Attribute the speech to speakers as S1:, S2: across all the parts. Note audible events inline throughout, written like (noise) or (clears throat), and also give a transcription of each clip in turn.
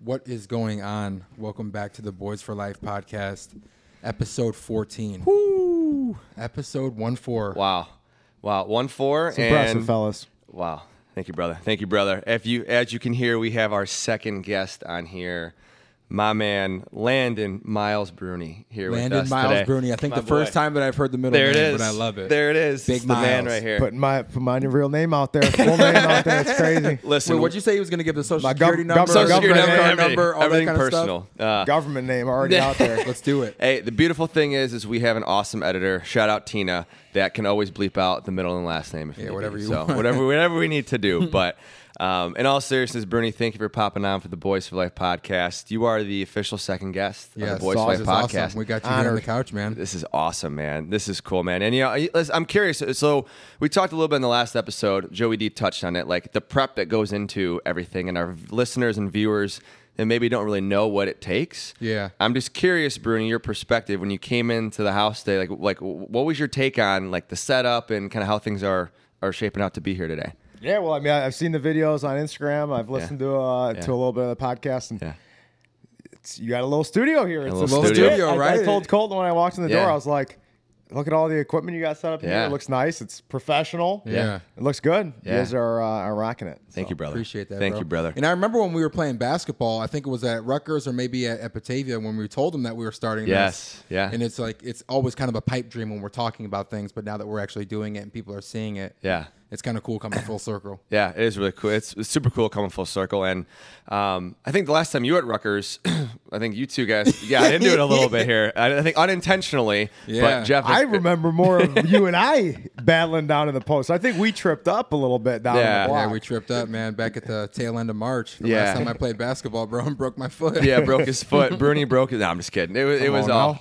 S1: What is going on? Welcome back to the Boys for Life podcast, episode 14.
S2: Woo!
S1: Episode 1 4.
S2: Wow. Wow. One four.
S3: It's impressive,
S2: and-
S3: fellas.
S2: Wow. Thank you, brother. Thank you, brother. If you as you can hear, we have our second guest on here. My man Landon Miles Bruni here with
S1: Landon
S2: us
S1: Miles
S2: today.
S1: Bruni. I think
S2: My
S1: the first
S2: boy.
S1: time that I've heard the middle
S2: There it
S1: name,
S2: is.
S1: but I love it.
S2: There it is.
S1: Big
S2: it's the man
S1: Miles.
S2: right here.
S3: Putting my put my real name out there, full name out there. It's
S2: (laughs)
S3: crazy.
S2: Listen,
S1: Wait, what'd you say he was going to give the social
S3: My gov-
S1: security number?
S3: government-
S2: social security number,
S3: Government
S1: card
S2: everything,
S1: number, all
S2: everything
S1: that kind
S2: personal.
S1: of
S2: Uh,
S3: Government name already out there.
S1: stuff? Let's do it.
S2: (laughs) Hey, the beautiful thing is, is we have an awesome editor. Shout out Tina that can always bleep out the middle and last name. If need be.
S1: whatever you
S2: so
S1: want. (laughs)
S2: whatever, whatever we need to do. But um, in all seriousness, Bernie, thank you for popping on for the Boys for Life podcast. You are the official second guest
S1: Yeah,
S2: of the Boys
S1: Saws
S2: for Life
S1: is
S2: podcast.
S1: awesome. We got you here on the
S3: Honored.
S1: couch, man.
S2: This is awesome, man. This is cool, man. And you know, I- listen, I'm curious. So we talked a little bit in the last episode. Joey D touched on it, like the prep that goes into everything, and our listeners and viewers that maybe don't really know what it takes.
S1: Yeah.
S2: I'm just curious, Bruni, your perspective when you came into the house today. Like, like what was your take on like the setup and kind of how things are are shaping out to be here today?
S3: Yeah, well, I mean, I- I've seen the videos on Instagram. I've listened to uh,
S2: Yeah.
S3: to a little bit of the podcast, and
S2: Yeah.
S3: it's, you got a little studio here. It's
S2: little studio.
S3: legit.
S1: Studio,
S3: I-
S1: right?
S3: I told Colton when I walked in the
S2: Yeah.
S3: door, I was like, "Look at all the equipment you got set up in
S2: Yeah.
S3: here. It looks nice. It's professional.
S1: Yeah.
S3: it looks good.
S2: Yeah.
S3: You guys are uh, are rocking it.
S2: Thank
S3: So.
S2: you, brother.
S1: Appreciate that.
S2: Thank
S1: bro.
S2: you, brother.
S1: And I remember when we were playing basketball. I think it was at Rutgers or maybe at, at Batavia when we told them that we were starting.
S2: Yes,
S1: This.
S2: yeah.
S1: And it's like it's always kind of a pipe dream when we're talking about things, but now that we're actually doing it and people are seeing it,
S2: Yeah.
S1: it's kind of cool coming full
S2: (laughs)
S1: circle.
S2: Yeah, it is really cool. It's, it's super cool coming full circle. And um, I think the last time you were at Rutgers, (coughs) I think you two guys got into it a little bit here. I, I think unintentionally.
S1: Yeah.
S2: But Jeff,
S3: I remember more of you and I battling down in the post. I think we tripped up a little bit down in
S2: Yeah.
S3: the block.
S1: Yeah, we tripped up, man. Back at the tail end of March, the
S2: Yeah.
S1: last time I played basketball, bro, (laughs) and broke my foot.
S2: (laughs) Yeah, broke his foot. Bruni broke his. No, I'm just kidding. It was. it
S3: Come
S2: was
S3: on
S2: all.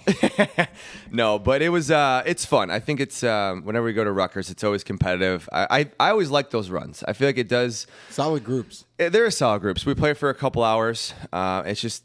S2: (laughs) no, but it was. Uh, it's fun. I think it's. Um, whenever we go to Rutgers, it's always competitive. I, I I always like those runs. I feel like it does.
S1: (laughs) solid groups.
S2: Eh, There are solid groups. We play for a couple hours. Uh, it's just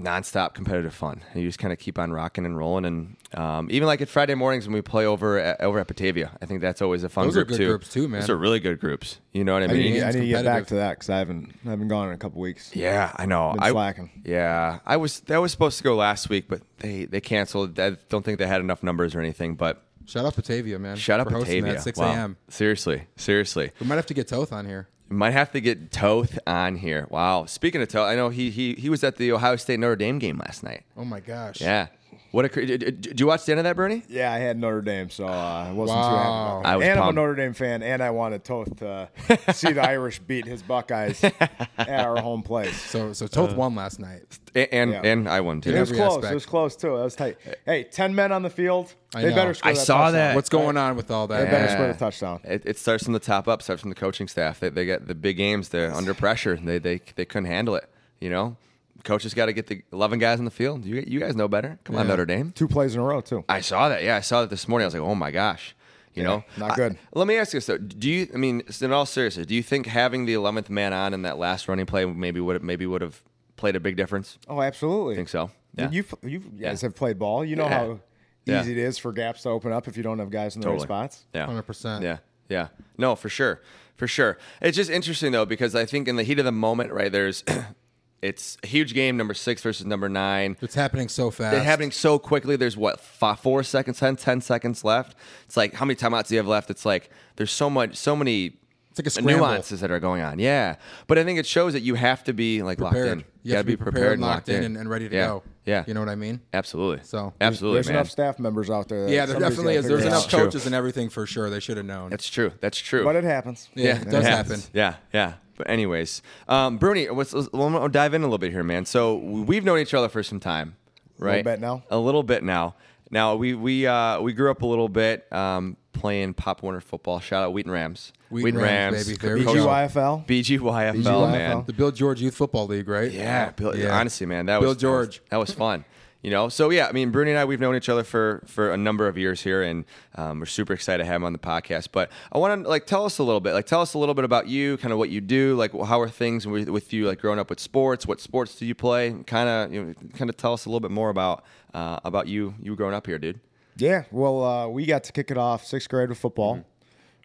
S2: nonstop competitive fun. You just kind of keep on rocking and rolling, and um, even like at Friday mornings when we play over at, over at Batavia, I think that's always a fun
S1: Those are
S2: group
S1: good
S2: too.
S1: groups too, man.
S2: Those are really good groups. You know what I
S3: I
S2: mean?
S3: need, I
S1: game's
S3: need to get back
S1: competitive.
S3: to that because I haven't I haven't gone in a couple weeks.
S2: Yeah, I know.
S3: Been
S2: I,
S3: slacking.
S2: Yeah, I was. That was supposed to go last week, but they they canceled. I don't think they had enough numbers or anything. But
S1: Shout out Batavia, man.
S2: shout out
S1: for hosting
S2: Batavia.
S1: that at 6
S2: Wow.
S1: a.m.
S2: Seriously, seriously.
S1: We might have to get Toth on here.
S2: Might have to get Toth on here. Wow. Speaking of Toth, I know he he he was at the Ohio State Notre Dame game last night.
S1: Oh my gosh.
S2: Yeah. What a cra- did, did- did you watch the end of that, Bernie?
S3: Yeah, I had Notre Dame, so uh, I wasn't too happy.
S1: Wow.
S3: About that.
S2: I was
S3: and I'm a
S2: pumped.
S3: Notre Dame fan, and I wanted Toth to
S1: (laughs)
S3: uh, see the Irish beat his Buckeyes at our
S1: (laughs)
S3: home place.
S1: So so Toth won last night.
S2: A- And
S3: Yeah.
S2: and I won too.
S3: It was
S1: Every
S3: close.
S1: aspect.
S3: It was close too. That was tight. Hey, ten men on the field.
S1: I
S3: they
S1: know.
S3: better score.
S2: I
S3: that
S2: saw
S3: touchdown.
S2: that.
S1: What's going on with all that?
S3: They
S1: man?
S3: better score the touchdown.
S2: It, it starts from the top up. Starts from the coaching staff. They, they got the big games. They're under pressure. They they they couldn't handle it. You know, coaches got to get the eleven guys on the field. You you guys know better. Come on,
S1: Yeah.
S2: Notre Dame.
S3: Two plays in a row too.
S2: I saw that. Yeah, I saw that this morning. I was like, oh my gosh. You know,
S3: not
S2: I-
S3: good.
S2: let me ask you this though: Do you? I mean, in all seriousness, do you think having the eleventh man on in that last running play maybe would maybe would have played a big difference?
S3: Oh, absolutely.
S2: Think so?
S3: Yeah. You you guys have played ball. You know
S2: Yeah.
S3: how
S2: Yeah.
S3: easy it is for gaps to open up if you don't have guys in the
S2: Totally.
S3: right spots.
S2: Yeah.
S1: 100%.
S2: Yeah. Yeah. No, for sure. For sure. It's just interesting though, because I think in the heat of the moment, right, there's (clears throat) it's a huge game, number six versus number nine.
S1: It's happening so fast.
S2: It's happening so quickly. There's what five, four seconds, 10, 10 seconds left. It's like how many timeouts do you have left? It's like there's so much, so many
S1: It's like a scramble.
S2: nuances that are going on. Yeah, but I think it shows that you have to be like
S1: Prepared.
S2: locked in.
S1: You have to be prepared, and locked in, and, and ready to
S2: Yeah.
S1: go.
S2: Yeah,
S1: You know what I mean?
S2: absolutely.
S1: So-
S2: absolutely,
S3: There's
S2: man.
S3: enough staff members out there. that
S1: Yeah, there
S3: somebody's
S1: definitely
S3: gotta
S1: is. There's
S3: figure it
S1: enough
S3: out.
S2: true.
S1: coaches and everything for sure. They should have known.
S2: That's true. That's true. (laughs)
S3: But it happens.
S1: yeah, it does
S3: Yeah.
S1: happen.
S2: Yeah, yeah. But anyways, um, Bruni, let's, let's, we'll dive in a little bit here, man. So we've known each other for some time, right?
S3: bit now.
S2: A little bit now. Now we we uh, we grew up a little bit um, playing Pop Warner football. Shout out Wheaton Rams.
S1: Wheaton Rams, baby. There we go.
S3: BGYFL.
S2: BGYFL, man.
S3: BGYFL.
S1: The Bill George Youth Football League, right?
S2: Yeah, Bill, honestly, man, that
S1: Bill
S2: was
S1: George.
S2: That was, that was fun. You know, so yeah, I mean, Bruni and I, we've known each other for for a number of years here, and um, we're super excited to have him on the podcast. But I want to like tell us a little bit, like tell us a little bit about you, kind of what you do, like how are things with, with you, like growing up with sports, what sports do you play, kind of, you know, kind of tell us a little bit more about uh, about you, you growing up here, dude.
S3: Yeah, well, uh, we
S1: Mm-hmm.
S3: got to kick it off sixth grade with football.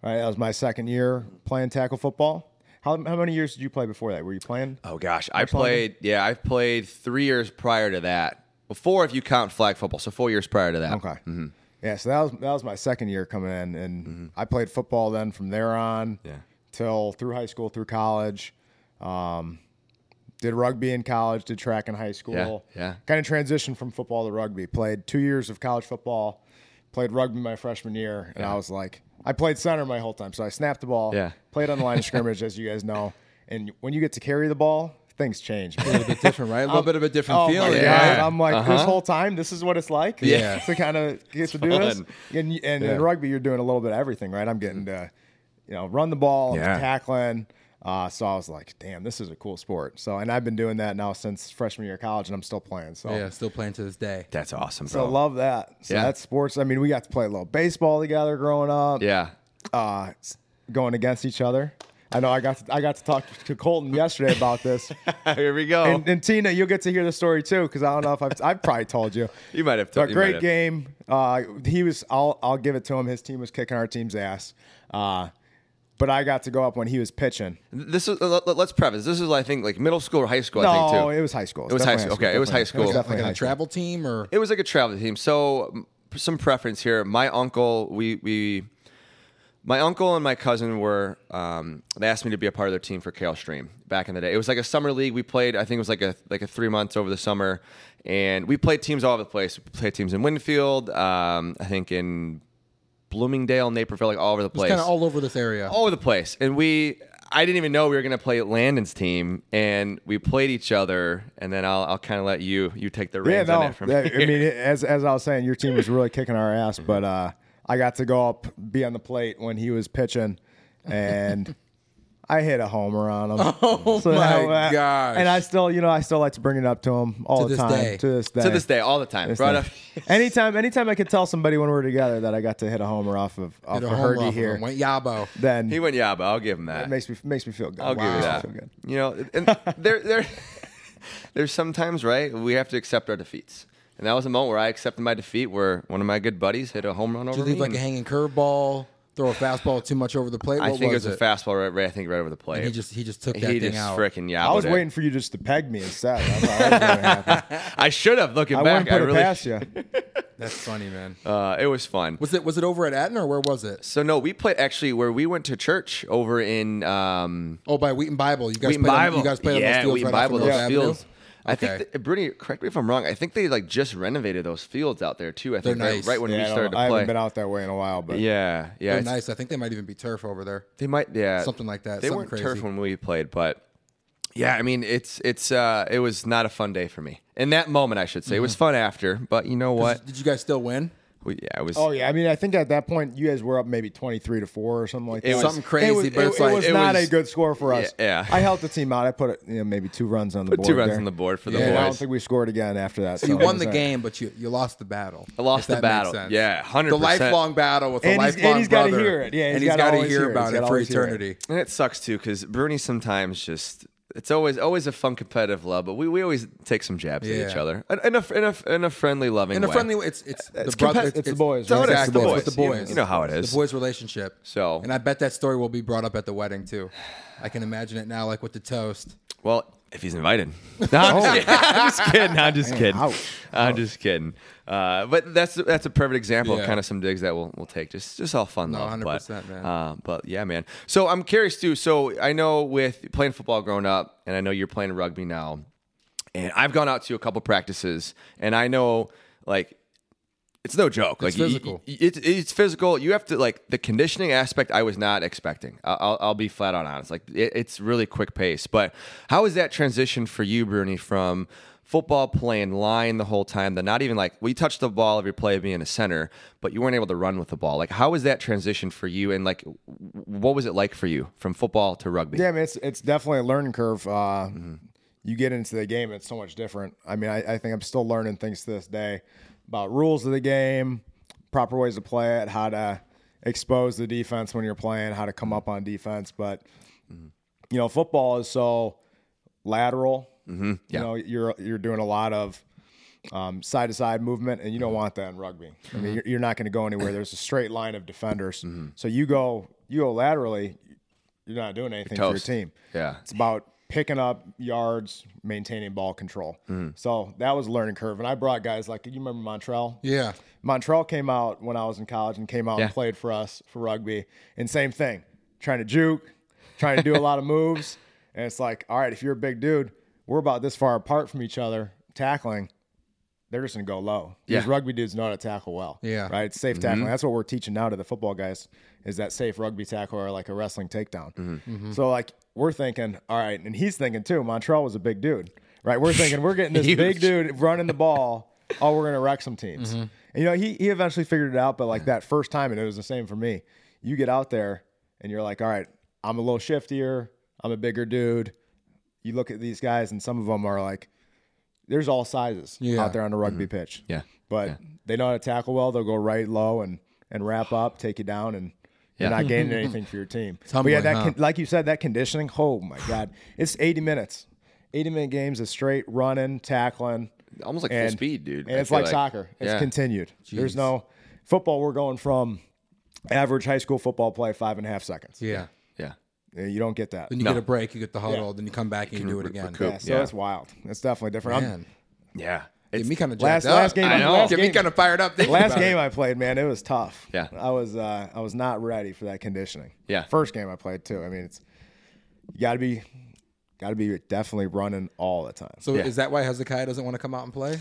S3: All right, that was my second year playing tackle football. How, how many years did you play before that? Were you playing?
S2: Oh gosh, I
S3: longer?
S2: played. Yeah, I played three years prior to that. Well, Four, if you count flag football, so four years prior to that.
S3: Okay. Yeah, so that was that was my second year coming in, and I played football then from there on,
S2: Mm-hmm. Yeah.
S3: till through high school, through college. Um, did rugby in college, did track in high school.
S2: yeah.
S3: Kind of transitioned from football to rugby. Played two years of college football, played rugby my freshman year, and I was like, I played center my whole time, so I snapped the ball,
S2: Yeah.
S3: played on the
S2: (laughs)
S3: line of scrimmage, as you guys know, and when you get to carry the ball, things change.
S1: A little bit different, right? A little bit of a different
S3: Oh
S1: feeling.
S3: my God.
S1: right?
S2: Yeah. Uh-huh.
S3: I'm like, this whole time, this is what it's like.
S1: Yeah.
S3: (laughs) To kind of get to do this.
S2: fun.
S3: And, and
S1: Yeah.
S3: in rugby, you're doing a little bit of everything, right? I'm getting to, you know, run the ball,
S2: Yeah.
S3: I'm tackling. Uh, so I was like, damn, this is a cool sport. So, and I've been doing that now since freshman year of college and I'm still playing. So,
S1: Yeah, still playing to this day.
S2: That's awesome,
S3: so
S2: bro.
S3: love that. So
S2: Yeah.
S3: that's sports. I mean, we got to play a little baseball together growing up
S2: yeah.
S3: uh, s- going against each other. I know I got to, I got to talk to Colton yesterday
S2: (laughs)
S3: about this,
S2: Here we go.
S3: and, and Tina, you'll get to hear the story too because I don't know if I've, I've probably told you.
S2: (laughs) you might have.
S3: But
S2: you might
S3: great
S2: have-
S3: game. Uh, he was. I'll. I'll give it to him. His team was kicking our team's ass. Uh, but I got to go up when he was pitching.
S2: This is. let- let- Let's preface. This is, I think, like middle school or high school. I think
S3: No,
S2: too.
S3: it was high school.
S2: It was high school. Okay, it was high
S3: Definitely.
S2: school.
S1: Like
S3: definitely
S1: on
S3: high
S1: a travel team or
S2: It was like a travel team. So m- some preference here. My uncle, we we, my uncle and my cousin were. Um, they asked me to be a part of their team for Kale Stream back in the day. It was like a summer league. We played. I think it was like a like a three months over the summer, and we played teams all over the place. We played teams in Winfield. Um, I think in Bloomingdale, Naperville, like all over the place
S1: it's kind of all over this area.
S2: all over the place. And we, I didn't even know we were gonna play Landon's team, and we played each other. And then I'll, I'll kind of let you, you take the
S3: Yeah,
S2: reins on
S3: no.
S2: it from
S3: that-
S2: here.
S3: I mean, as as I was saying, your team was really kicking our ass, but uh, I got to go up, be on the plate when he was pitching,
S2: (laughs)
S3: and I hit a homer on him.
S1: (laughs)
S3: Oh
S1: my gosh.
S3: uh, And I still, you know, I still like to bring it up to him all
S1: To
S3: the
S1: this
S3: time
S1: day.
S3: to this
S2: (laughs)
S3: day.
S2: to this day, all the time.
S3: This
S2: Brought
S3: day.
S2: up. (laughs)
S3: anytime, anytime I could tell somebody when we're together that I got to hit a homer off of off
S1: Hit
S3: a
S1: a
S3: of
S1: home
S3: Oh, Herdy
S1: run,
S3: here,
S1: Went yabo.
S3: then
S2: He went, yeah, but I'll give him that.
S3: it makes me makes me feel good.
S2: I'll give
S3: Wow.
S2: you
S3: Feel
S2: that.
S3: good.
S2: You know,
S3: (laughs)
S2: and there, there, (laughs) there's sometimes right. We have to accept our defeats, and that was a moment where I accepted my defeat. Where one of my good buddies hit a home run over
S1: Did you leave
S2: me.
S1: like a
S2: and
S1: hanging curveball? Throw a fastball too much over the plate?
S2: I
S1: What
S2: think it
S1: was
S2: was a fastball right, right. I think right over the plate.
S1: He just he just took that
S2: He
S1: thing
S2: just
S1: out.
S2: freaking yeah.
S3: I was waiting for you just to peg me instead. I, thought that was gonna
S2: (laughs)
S3: happen.
S2: I should have looking
S3: I
S2: back.
S3: wouldn't put
S2: I (laughs) really.
S3: it past you.
S1: That's funny, man.
S2: Uh, it was fun.
S1: Was it was it over at Atten or where was it?
S2: So no, we played actually where we went to church over in um,
S1: Oh, by Wheaton Bible. You guys
S2: Wheaton
S1: played on-
S2: Bible.
S1: you guys played
S2: yeah,
S1: on those fields
S2: Wheaton
S1: right off
S2: Bible.
S1: of North
S2: Those
S1: Avenue?
S2: fields. I think,
S1: Okay.
S2: that, Brittany, correct me if I'm wrong. I think they like just renovated those fields out there too. I think
S1: They're
S2: right-
S1: nice.
S2: right, when
S3: Yeah,
S2: we
S3: I don't-
S2: started to
S3: I
S2: play.
S3: haven't been out that way in a while, but
S2: yeah, yeah,
S1: They're
S2: it's-
S1: nice. I think they might even be turf over there.
S2: they might, yeah,
S1: Something like that,
S2: They
S1: something
S2: weren't turf
S1: crazy.
S2: when we played, but yeah, I mean, it's it's uh, it was not a fun day for me in that moment. I should say it
S1: Mm-hmm.
S2: was fun after, but you know what?
S1: Did you guys still win?
S2: We, yeah, it was.
S3: Oh yeah, I mean, I think at that point you guys were up maybe twenty three to four or something like that.
S2: was- Something
S1: crazy,
S3: it was,
S1: but
S3: it-
S1: it's
S3: it
S1: like-
S3: was
S2: it
S3: not
S2: was-
S3: a good score for us.
S2: Yeah, yeah.
S3: I helped the team out. I put you know, maybe two runs on the board.
S2: two runs
S3: there.
S2: on the board for
S3: And
S2: the
S3: I
S2: boys.
S3: don't think we scored again after that. So
S1: You
S3: it
S1: won
S3: was
S1: the
S3: all right.
S1: game, but you, you lost the battle.
S2: I lost
S1: if
S2: the
S1: that makes
S2: battle.
S1: sense.
S2: Yeah, 100%.
S1: The lifelong battle with the
S3: And he's- and
S1: lifelong
S3: he's
S1: brother.
S3: gotta hear it. Yeah, he's
S1: and he's
S3: gotta
S1: gotta
S3: always hear
S1: hear
S3: it. He's
S1: about it
S3: gotta
S1: for
S3: always hear it.
S1: eternity.
S2: And it sucks too because Bruni sometimes just it's always always a fun competitive love, but we, we always take some jabs at each
S1: Yeah.
S2: other in, in a in a in a friendly loving
S1: In a
S2: way.
S1: friendly way, it's it's,
S2: It's
S1: the brother,
S2: compet-
S3: it's the boys,
S1: Exactly,
S3: right?
S1: it's the boys.
S2: It's the boys. You- you know how it
S1: It's
S2: is.
S1: The boys' relationship.
S2: So-
S1: and I bet that story will be brought up at the wedding too. I can imagine it now, like with the toast.
S2: Well, if he's invited. (laughs) No, I'm, just kidding. I'm
S1: Oh.
S2: just kidding. I'm just kidding.
S3: ouch.
S2: I'm just kidding. Uh, but that's that's a perfect example of
S1: Yeah.
S2: kind of some digs that we'll we'll take. Just just all fun love. but,
S1: 100%, man.
S2: uh, but yeah, man. So I'm curious too. So I know with playing football growing up, and I know you're playing rugby now, and I've gone out to a couple practices, and I know like. It's no joke. Like y-
S1: physical.
S2: y- it's it's physical. You have to like the conditioning aspect. I was not expecting. I- I'll, I'll be flat out honest. Like it, it's really quick pace. But how is that transition for you, Bruni, from football playing line the whole time? That not even like we touched the ball every play being a center, but you weren't able to run with the ball. Like how was that transition for you? And like w- what was it like for you from football to rugby?
S3: Yeah, I mean, it's it's definitely a learning curve. Uh, You get into the game, it's so much different. I mean, I, I think I'm still learning things to this day about rules of the game, proper ways to play it, how to expose the defense when you're playing, how to come up on defense. But you know, football is so lateral. Mm-hmm.
S2: yeah.
S3: You know, you're you're doing a lot of um, side to side movement, and you
S2: Mm-hmm.
S3: don't want that in rugby. I mean,
S2: Mm-hmm.
S3: you're, you're not going to go anywhere. There's a straight line of defenders, so you go you go laterally. you're not doing anything for your
S2: toast.
S3: team.
S2: Yeah.
S3: It's about picking up yards, maintaining ball control.
S2: Mm-hmm.
S3: So that was a learning curve. And I brought guys like you remember Montrell?
S1: Yeah.
S3: Montrell came out when I was in college and came out
S2: Yeah.
S3: and played for us for rugby. And same thing, trying to juke, trying to do a lot of (laughs) moves. And it's like, all right, if you're a big dude, we're about this far apart from each other tackling. They're just gonna go low. These
S2: Yeah. Mm-hmm.
S3: rugby dudes know how to tackle well.
S1: Yeah.
S3: Right? It's safe tackling. That's what we're teaching now to the football guys is that safe rugby tackle or like a wrestling takedown.
S2: Mm-hmm.
S3: So like we're thinking, all right, and he's thinking too, Montrell was a big dude. Right? We're thinking we're getting this
S2: Huge.
S3: big dude running the ball. Oh, we're gonna wreck some teams. And you know, he he eventually figured it out, but like that first time, and it was the same for me. You get out there and you're like, all right, I'm a little shiftier, I'm a bigger dude. You look at these guys, and some of them are like, there's all sizes
S1: Yeah.
S3: out there on the rugby pitch.
S2: Yeah.
S3: But they know how to tackle well. They'll go right low and and wrap up, take you down, and you're
S2: Yeah. (laughs)
S3: not gaining anything for your team. But
S1: humbling,
S3: yeah, that
S1: huh?
S3: con- like you said, that conditioning. Oh my god, it's 80 minutes. 80 minute games is straight running, tackling,
S2: Almost like full speed, dude.
S3: And
S2: I
S3: it's
S2: feel
S3: like,
S2: like.
S3: soccer. It's
S2: Yeah.
S3: continued. There's
S1: Jeez.
S3: no football. We're going from average high school football play five and a half seconds.
S1: Yeah.
S2: Yeah.
S3: Uh, You don't get that.
S1: Then you
S2: No.
S1: get a break, you get the huddle, then you come back and you do it
S2: re-
S1: again.
S2: recoup.
S3: Yeah, so
S2: Yeah.
S3: that's wild. That's definitely different. I'm-
S1: Man,
S2: Yeah.
S1: get
S2: It's-
S1: me kind of
S3: Last-
S1: jacked up.
S3: last game-
S2: I know. last
S1: Get me
S3: game-
S1: kind of fired up. thinking
S3: Last
S1: about
S3: game
S1: it.
S3: I played, man, it was tough.
S2: Yeah.
S3: I was uh, I was not ready for that conditioning.
S2: Yeah.
S3: First game I played too. I mean, it's you got to be got to be definitely running all the time.
S1: So
S2: Yeah.
S1: is that why Hezekiah doesn't want to come out and play?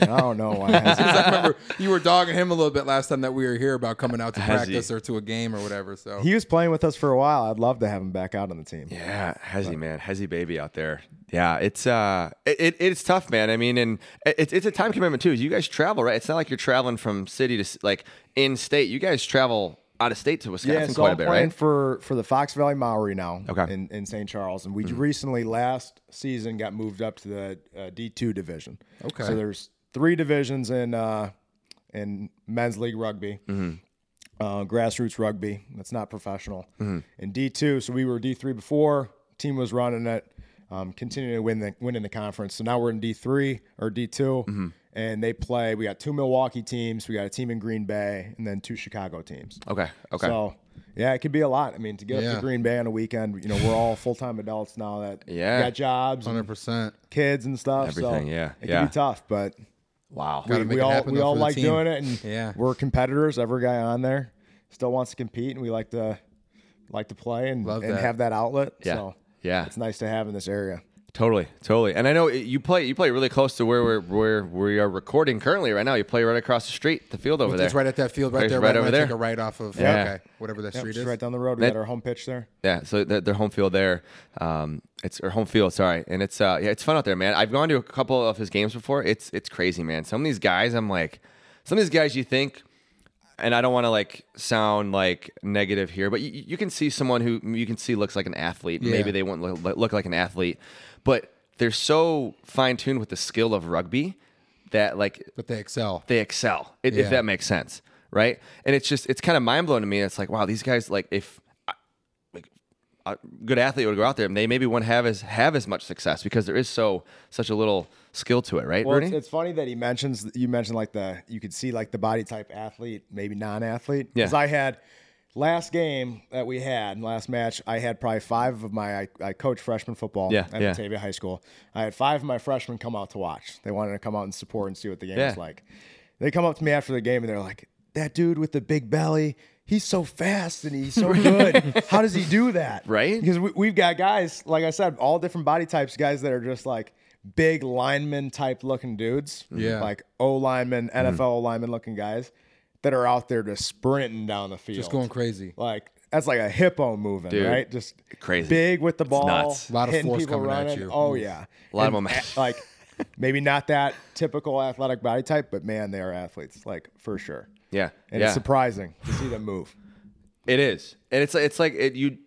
S3: I don't know
S1: (laughs)
S3: why.
S1: 'Cause I remember you were dogging him a little bit last time that we were here about coming out to
S2: (laughs) Has he?
S1: practice or to a game or whatever. So
S3: he was playing with us for a while. I'd love to have him back out on the team.
S2: Yeah, Hezzy man, Hezzy baby out there. Yeah, it's uh, it, it it's tough, man. I mean, and it's it's a time commitment too. You guys travel, right? It's not like you're traveling from city to c- like in state. You guys travel out of state to Wisconsin
S3: Yeah, so
S2: quite
S3: I'm
S2: a bit,
S3: playing
S2: right?
S3: for for the Fox Valley Maori now.
S2: Okay. Mm-hmm.
S3: In, in St. Charles, and we recently last season got moved up to the uh, D two division.
S1: Okay.
S3: So there's three divisions in uh, in men's league rugby.
S2: Mm-hmm.
S3: Uh, grassroots rugby that's not professional
S2: Mm-hmm.
S3: and d2 so we were d3 before team was running it um, continuing to win the winning the conference so now we're in d3 or d2
S2: Mm-hmm.
S3: and they play we got two milwaukee teams we got a team in green bay and then two chicago teams
S2: Okay, okay,
S3: so yeah, it could be a lot. I mean, to get up
S1: Yeah.
S3: to Green Bay on a weekend, you know,
S1: (laughs)
S3: we're all full time adults now that
S2: Yeah.
S3: got jobs and
S1: hundred percent.
S3: kids and stuff.
S2: Everything,
S3: so
S2: yeah,
S3: It
S2: yeah.
S3: can be tough, but
S2: wow.
S1: Gotta
S3: we,
S1: make
S3: we
S1: it
S3: all
S1: happen,
S3: we
S1: though,
S3: all
S1: for the
S3: like
S1: team.
S3: doing it and
S1: Yeah.
S3: we're competitors. Every guy on there still wants to compete and we like to like to play and,
S1: Love
S3: and
S1: that.
S3: have that outlet.
S2: Yeah,
S3: So
S2: yeah.
S3: it's nice to have in this area.
S2: Totally, totally. And I know you play you play really close to where we're where we are recording currently right now. You play right across the street, the field over there.
S1: It's right at that field right
S2: Right-
S1: there.
S2: right
S1: Right,
S2: over
S1: over
S2: there.
S1: Take a right off of
S2: Yeah.
S1: okay, whatever that
S3: Yep,
S1: street
S3: just
S1: is.
S3: right down the road. We
S2: That-
S3: got our home pitch there.
S2: Yeah, so th- their home field there, um, it's their home field. Sorry, and it's uh, yeah, it's fun out there, man. I've gone to a couple of his games before. It's it's crazy, man. Some of these guys, I'm like, some of these guys, you think, and I don't want to like sound like negative here, but you, you can see someone who you can see looks like an athlete. Maybe they won't look, look like an athlete, but they're so fine tuned with the skill of rugby that like
S1: but they excel.
S2: they excel if,
S1: Yeah.
S2: if that makes sense right and it's just it's kind of mind-blowing to me it's like wow these guys like if I- like a good athlete would go out there and they maybe wouldn't have as have as much success because there is so such a little skill to it right
S3: Well, it's,
S2: Bernie?
S3: it's funny that he mentions you mentioned like the you could see like the body type athlete, maybe non-athlete.
S2: Yeah.
S3: I had last game that we had last match, I had probably five of my I, I coach freshman football
S2: Yeah,
S3: at
S2: yeah.
S3: Batavia High School. I had five of my freshmen come out to watch. They wanted to come out and support and see what the game
S2: Yeah.
S3: was like. They come up to me after the game and they're like, "That dude with the big belly." He's so fast and
S2: (laughs)
S3: he's so good. How does he do that?
S2: Right?
S3: Because we, we've got guys, like I said, all different body types, guys that are just like big lineman type looking dudes.
S1: Mm-hmm. Yeah. Mm-hmm.
S3: Like O lineman, NFL lineman looking guys that are out there just sprinting down the field.
S1: Just going crazy.
S3: Like, that's like a hippo moving,
S2: Dude,
S3: right? Just
S2: crazy.
S3: Big with the ball.
S2: nuts.
S1: A lot of
S3: hitting
S1: force
S3: people
S1: coming at
S3: running.
S1: you.
S3: Oh, yeah.
S2: A lot of them- (laughs)
S3: like, maybe not that typical athletic body type, but man, they are athletes, like, for sure.
S2: yeah
S3: And
S2: yeah
S3: it's surprising to see them move.
S2: it is and it's it's like it, you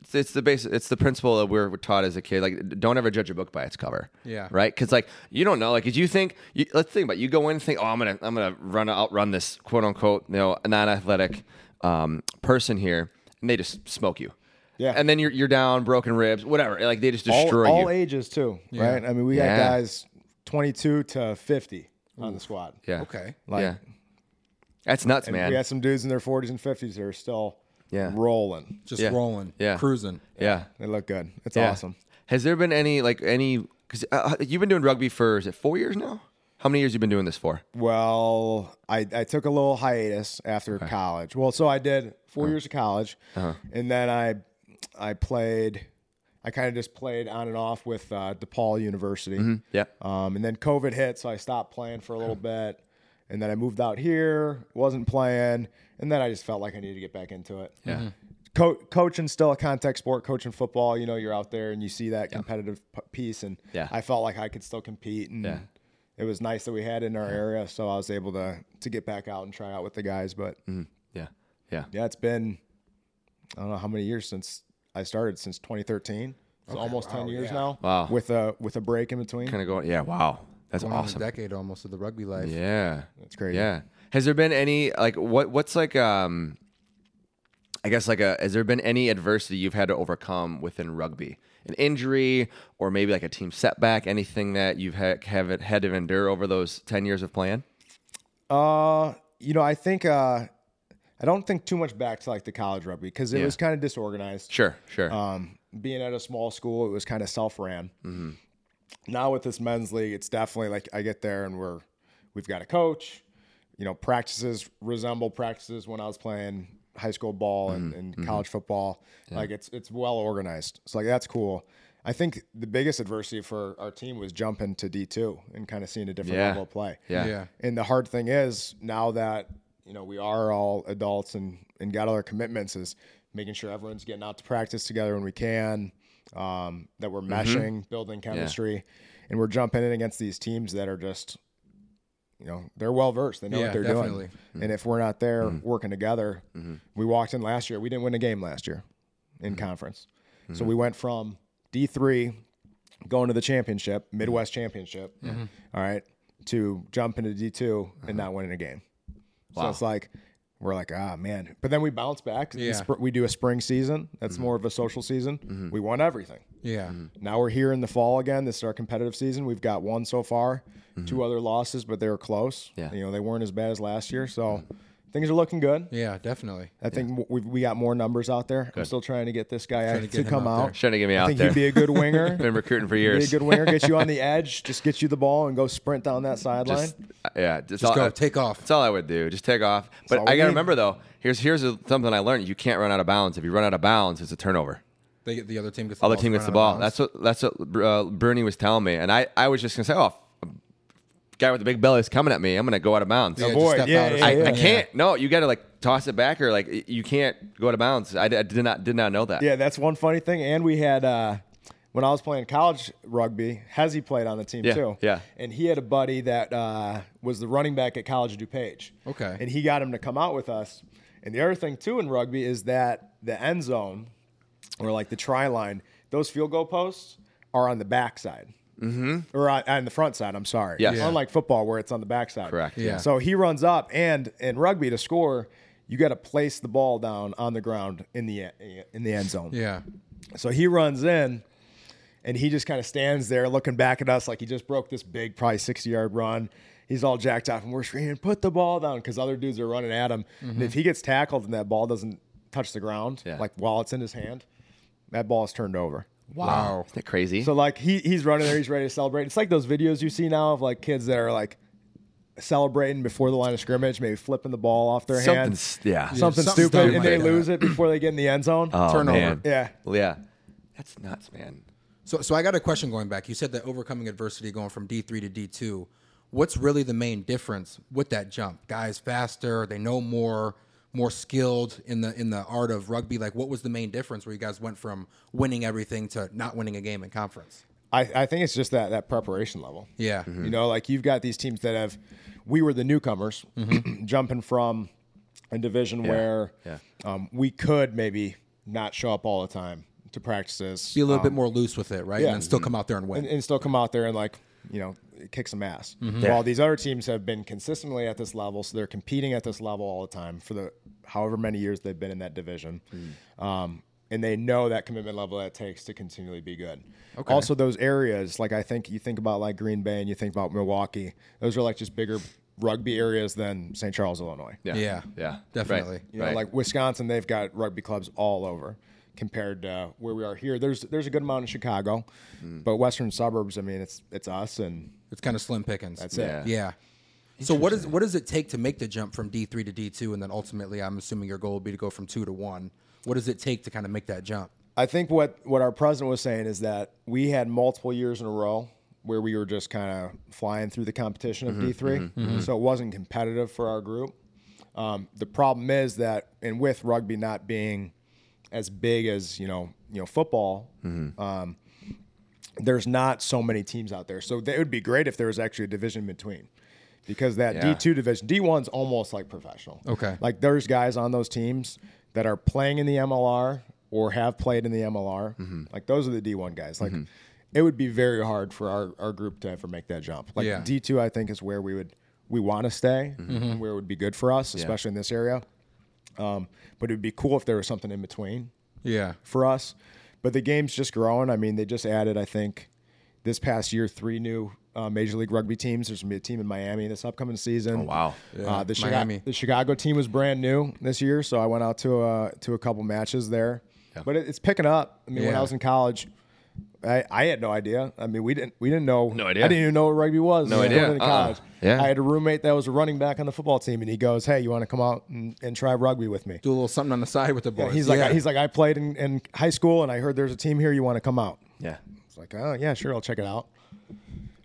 S2: it's, it's the base it's the principle that we're, we're taught as a kid like don't ever judge a book by its cover
S1: Yeah.
S2: right because like you don't know like if you think you, let's think about it. you go in and think oh i'm gonna i'm gonna run outrun this quote unquote you know non-athletic um, person here and they just smoke you
S3: Yeah.
S2: and then you're, you're down broken ribs whatever like they just
S3: all,
S2: destroy you
S3: all ages too, right? I mean, we
S2: Yeah.
S3: got guys 22 to 50 on the squad.
S2: yeah
S1: Okay.
S3: like-
S2: yeah that's nuts man
S3: We had some dudes in their 40s and 50s that are still
S2: Yeah.
S3: rolling.
S1: Just
S2: Yeah.
S1: rolling,
S2: Yeah.
S1: cruising.
S2: Yeah.
S3: They look good. It's
S2: Yeah.
S3: awesome.
S2: Has there been any like any because uh, you've been doing rugby for is it four years now? How many years you been doing this for?
S3: Well, I, I took a little hiatus after college. Well, so I did 4
S2: Uh-huh.
S3: years of college, and then I I played. I kind of just played on and off with uh, DePaul University.
S2: Yeah.
S3: Um, and then COVID hit, so I stopped playing for a little bit. And then I moved out here, wasn't playing. And then I just felt like I needed to get back into it.
S2: Yeah. Mhm.
S3: Co- coaching's still a contact sport. Coaching football, you know, you're out there and you see that competitive p- piece. And
S2: Yeah.
S3: I felt like I could still compete. And
S2: Yeah.
S3: it was nice that we had it in our area. So I was able to, to get back out and try out with the guys. But
S2: Yeah. Yeah.
S3: yeah, it's been, I don't know how many years since I started, since 2013. It's almost 10 years now.
S2: Wow.
S3: With a, with a break in between.
S2: Kind of going. Yeah. Wow. That's
S1: Going on
S2: awesome.
S1: a decade almost of the rugby life.
S2: Yeah. That's
S3: crazy.
S2: Yeah. Has there been any like what what's like um I guess like a has there been any adversity you've had to overcome within rugby? An injury or maybe like a team setback, anything that you've had have had to endure over those 10 years of playing?
S3: Uh, you know, I think uh, I don't think too much back to like the college rugby because it was kind of disorganized.
S2: Sure, sure.
S3: Um, being at a small school, it was kind of self ran. Now with this men's league, it's definitely like I get there and we're we've got a coach. You know, practices resemble practices when I was playing high school ball and, and college football. Like it's it's well organized. So like that's cool. I think the biggest adversity for our team was jumping to D two and kind of seeing a different
S2: Yeah.
S3: level of play.
S2: yeah.
S1: Yeah.
S3: And the hard thing is now that you know we are all adults and and got all our commitments is making sure everyone's getting out to practice together when we can, um, that we're meshing, building chemistry, and we're jumping in against these teams that are just, you know, they're well versed, they know
S1: Yeah,
S3: what they're
S1: definitely.
S3: doing, and if we're not there working together, we walked in last year, we didn't win a game last year in conference, so we went from D three going to the championship, Midwest championship, all right, to jump into D2 and not winning a game. So it's like, we're like, ah, man. But then we bounce back. We
S1: Yeah.
S3: spr- We do a spring season. That's more of a social season. We won everything.
S1: Yeah.
S2: Mm-hmm.
S3: Now we're here in the fall again. This is our competitive season. We've got one so far, two other losses, but they were close.
S2: Yeah.
S3: You know, they weren't as bad as last year. So things are looking good.
S1: Yeah, definitely.
S3: I think w- we've, we got more numbers out there. I'm still trying to get this guy
S1: to
S3: to,
S1: get him
S3: come
S1: out
S3: out.
S1: there.
S2: Trying to get me
S3: I
S2: out
S3: think
S2: there.
S3: he'd be a good
S2: (laughs)
S3: winger.
S2: Been recruiting for
S3: Be a
S2: years.
S3: good winger. Get you
S2: (laughs)
S3: on the edge. Just get you the ball and go sprint down that sideline.
S2: Just- uh, yeah, just,
S1: Just
S2: all,
S1: go, take off.
S2: That's all I would do. Just take off. But
S3: all
S2: I
S3: we
S2: gotta
S3: need.
S2: remember though. Here's here's a, something I learned. You can't run out of bounds. If you run out of bounds, it's a turnover.
S1: They get the other team gets the
S2: Other
S1: ball,
S2: team gets
S1: run
S2: the
S1: out
S2: ball.
S1: of
S2: That's
S1: bounds.
S2: what that's what uh, Bernie was telling me, and I, I was just gonna say, oh, f- guy with the big belly is coming at me. I'm gonna go out of bounds.
S1: Yeah, just
S3: Avoid.
S1: step
S3: Yeah,
S1: out or
S3: yeah,
S2: I,
S1: something.
S2: I can't. No, you gotta like toss it back or like y- you can't go out of bounds. I, d- I did not did not know that.
S3: Yeah, that's one funny thing. And we had uh, when I was playing college rugby, Hezzy played on the team
S2: Yeah,
S3: too.
S2: yeah.
S3: And he had a buddy that uh, was the running back at College of DuPage.
S1: Okay.
S3: And he got him to come out with us. And the other thing too in rugby is that the end zone or like the try line, those field goal posts are on the backside. Mm-hmm. Or on, on the front side, I'm sorry.
S2: Yes. Yeah.
S3: Unlike football where it's on the backside.
S2: Correct.
S1: Yeah.
S3: So he runs up, and in rugby to score, you got to place the ball down on the ground in the in the end zone.
S1: Yeah.
S3: So he runs in, and he just kind of stands there looking back at us like he just broke this big, probably sixty yard run. He's all jacked up, and we're screaming, "Put the ball down!" because other dudes are running at him. And if he gets tackled and that ball doesn't touch the ground,
S2: Yeah.
S3: like while it's in his hand, that ball is turned over.
S1: Wow.
S2: Isn't that crazy?
S3: So like he he's running there, he's ready to celebrate. It's like those videos you see now of like kids that are like celebrating before the line of scrimmage, maybe flipping the ball off their
S2: something. s-
S3: hands,
S2: Yeah.
S3: something,
S1: something
S3: stupid,
S1: stupid
S3: and they
S1: like that.
S3: lose it before they get in the end zone.
S2: Oh,
S1: turnover.
S2: man.
S3: yeah,
S2: Yeah. That's nuts, man.
S1: So, so I got a question going back. You said that overcoming adversity going from D three to D two. What's really the main difference with that jump? Guys faster, they know more, more skilled in the in the art of rugby. Like, what was the main difference where you guys went from winning everything to not winning a game in conference? Mm-hmm.
S3: I, I think it's just that that preparation level.
S1: Yeah,
S2: Mm-hmm.
S3: You know, like you've got these teams that have, we were the newcomers (clears throat) jumping from a division where
S2: yeah.
S3: Um, we could maybe not show up all the time to practices.
S1: be a little bit more loose with it, right?
S3: Um, yeah.
S1: And then still come out there and win.
S3: and, and still come out there and like you know kick some ass. While these other teams have been consistently at this level, so they're competing at this level all the time for the however many years they've been in that division, um, and they know that commitment level that it takes to continually be good. Also, those areas like I think you think about like Green Bay and you think about Milwaukee; those are like just bigger rugby areas than St. Charles, Illinois.
S2: Yeah.
S1: Yeah,
S2: Yeah. Right.
S1: definitely.
S3: You know,
S2: Right.
S3: like Wisconsin, they've got rugby clubs all over compared to where we are here. There's there's a good amount in Chicago, but western suburbs. I mean, it's it's us and
S1: It's kind of slim pickings.
S3: That's it.
S2: Yeah.
S1: Yeah. So what is what does it take to make the jump from D three to D two, and then ultimately, I'm assuming your goal would be to go from two to one. What does it take to kind of make that jump?
S3: I think what what our president was saying is that we had multiple years in a row where we were just kind of flying through the competition of D3, so it wasn't competitive for our group. Um, the problem is that, and with rugby not being as big as you know, you know, football, um, there's not so many teams out there. So that- it would be great if there was actually a division between, because that
S2: Yeah.
S3: D2 division, D1's almost like professional.
S1: Okay.
S3: Like there's guys on those teams that are playing in the MLR or have played in the MLR. Like those are the D1 guys. Like it would be very hard for our, our group to ever make that jump. Like
S1: Yeah.
S3: D2, I think is where we would we want to stay, and where it would be good for us, especially in this area. Um, but it would be cool if there was something in between
S1: Yeah,
S3: for us. But the game's just growing. I mean, they just added, I think, this past year, three new uh, Major League Rugby teams. There's going to be a team in Miami this upcoming season. Oh,
S2: wow.
S3: Uh, the, Chica-
S1: Miami.
S3: the Chicago team was brand new this year, so I went out to a, to a couple matches there. But it, it's picking up. I mean, when
S1: Yeah.
S3: I was in college, I, I had no idea. I mean, we didn't we didn't know.
S2: No idea.
S3: I didn't even know what rugby was.
S2: No
S3: when I
S2: idea.
S3: went into
S2: Uh-uh.
S3: college.
S2: Yeah.
S3: I had a roommate that was a running back on the football team, and he goes, "Hey, you want to come out and, and try rugby with me?"
S1: do a little something on the side with the boys.
S3: He's like, he's like, I played in, in high school, and I heard there's a team here. You want to come out?
S2: Yeah.
S3: It's like, oh yeah, sure, I'll check it out.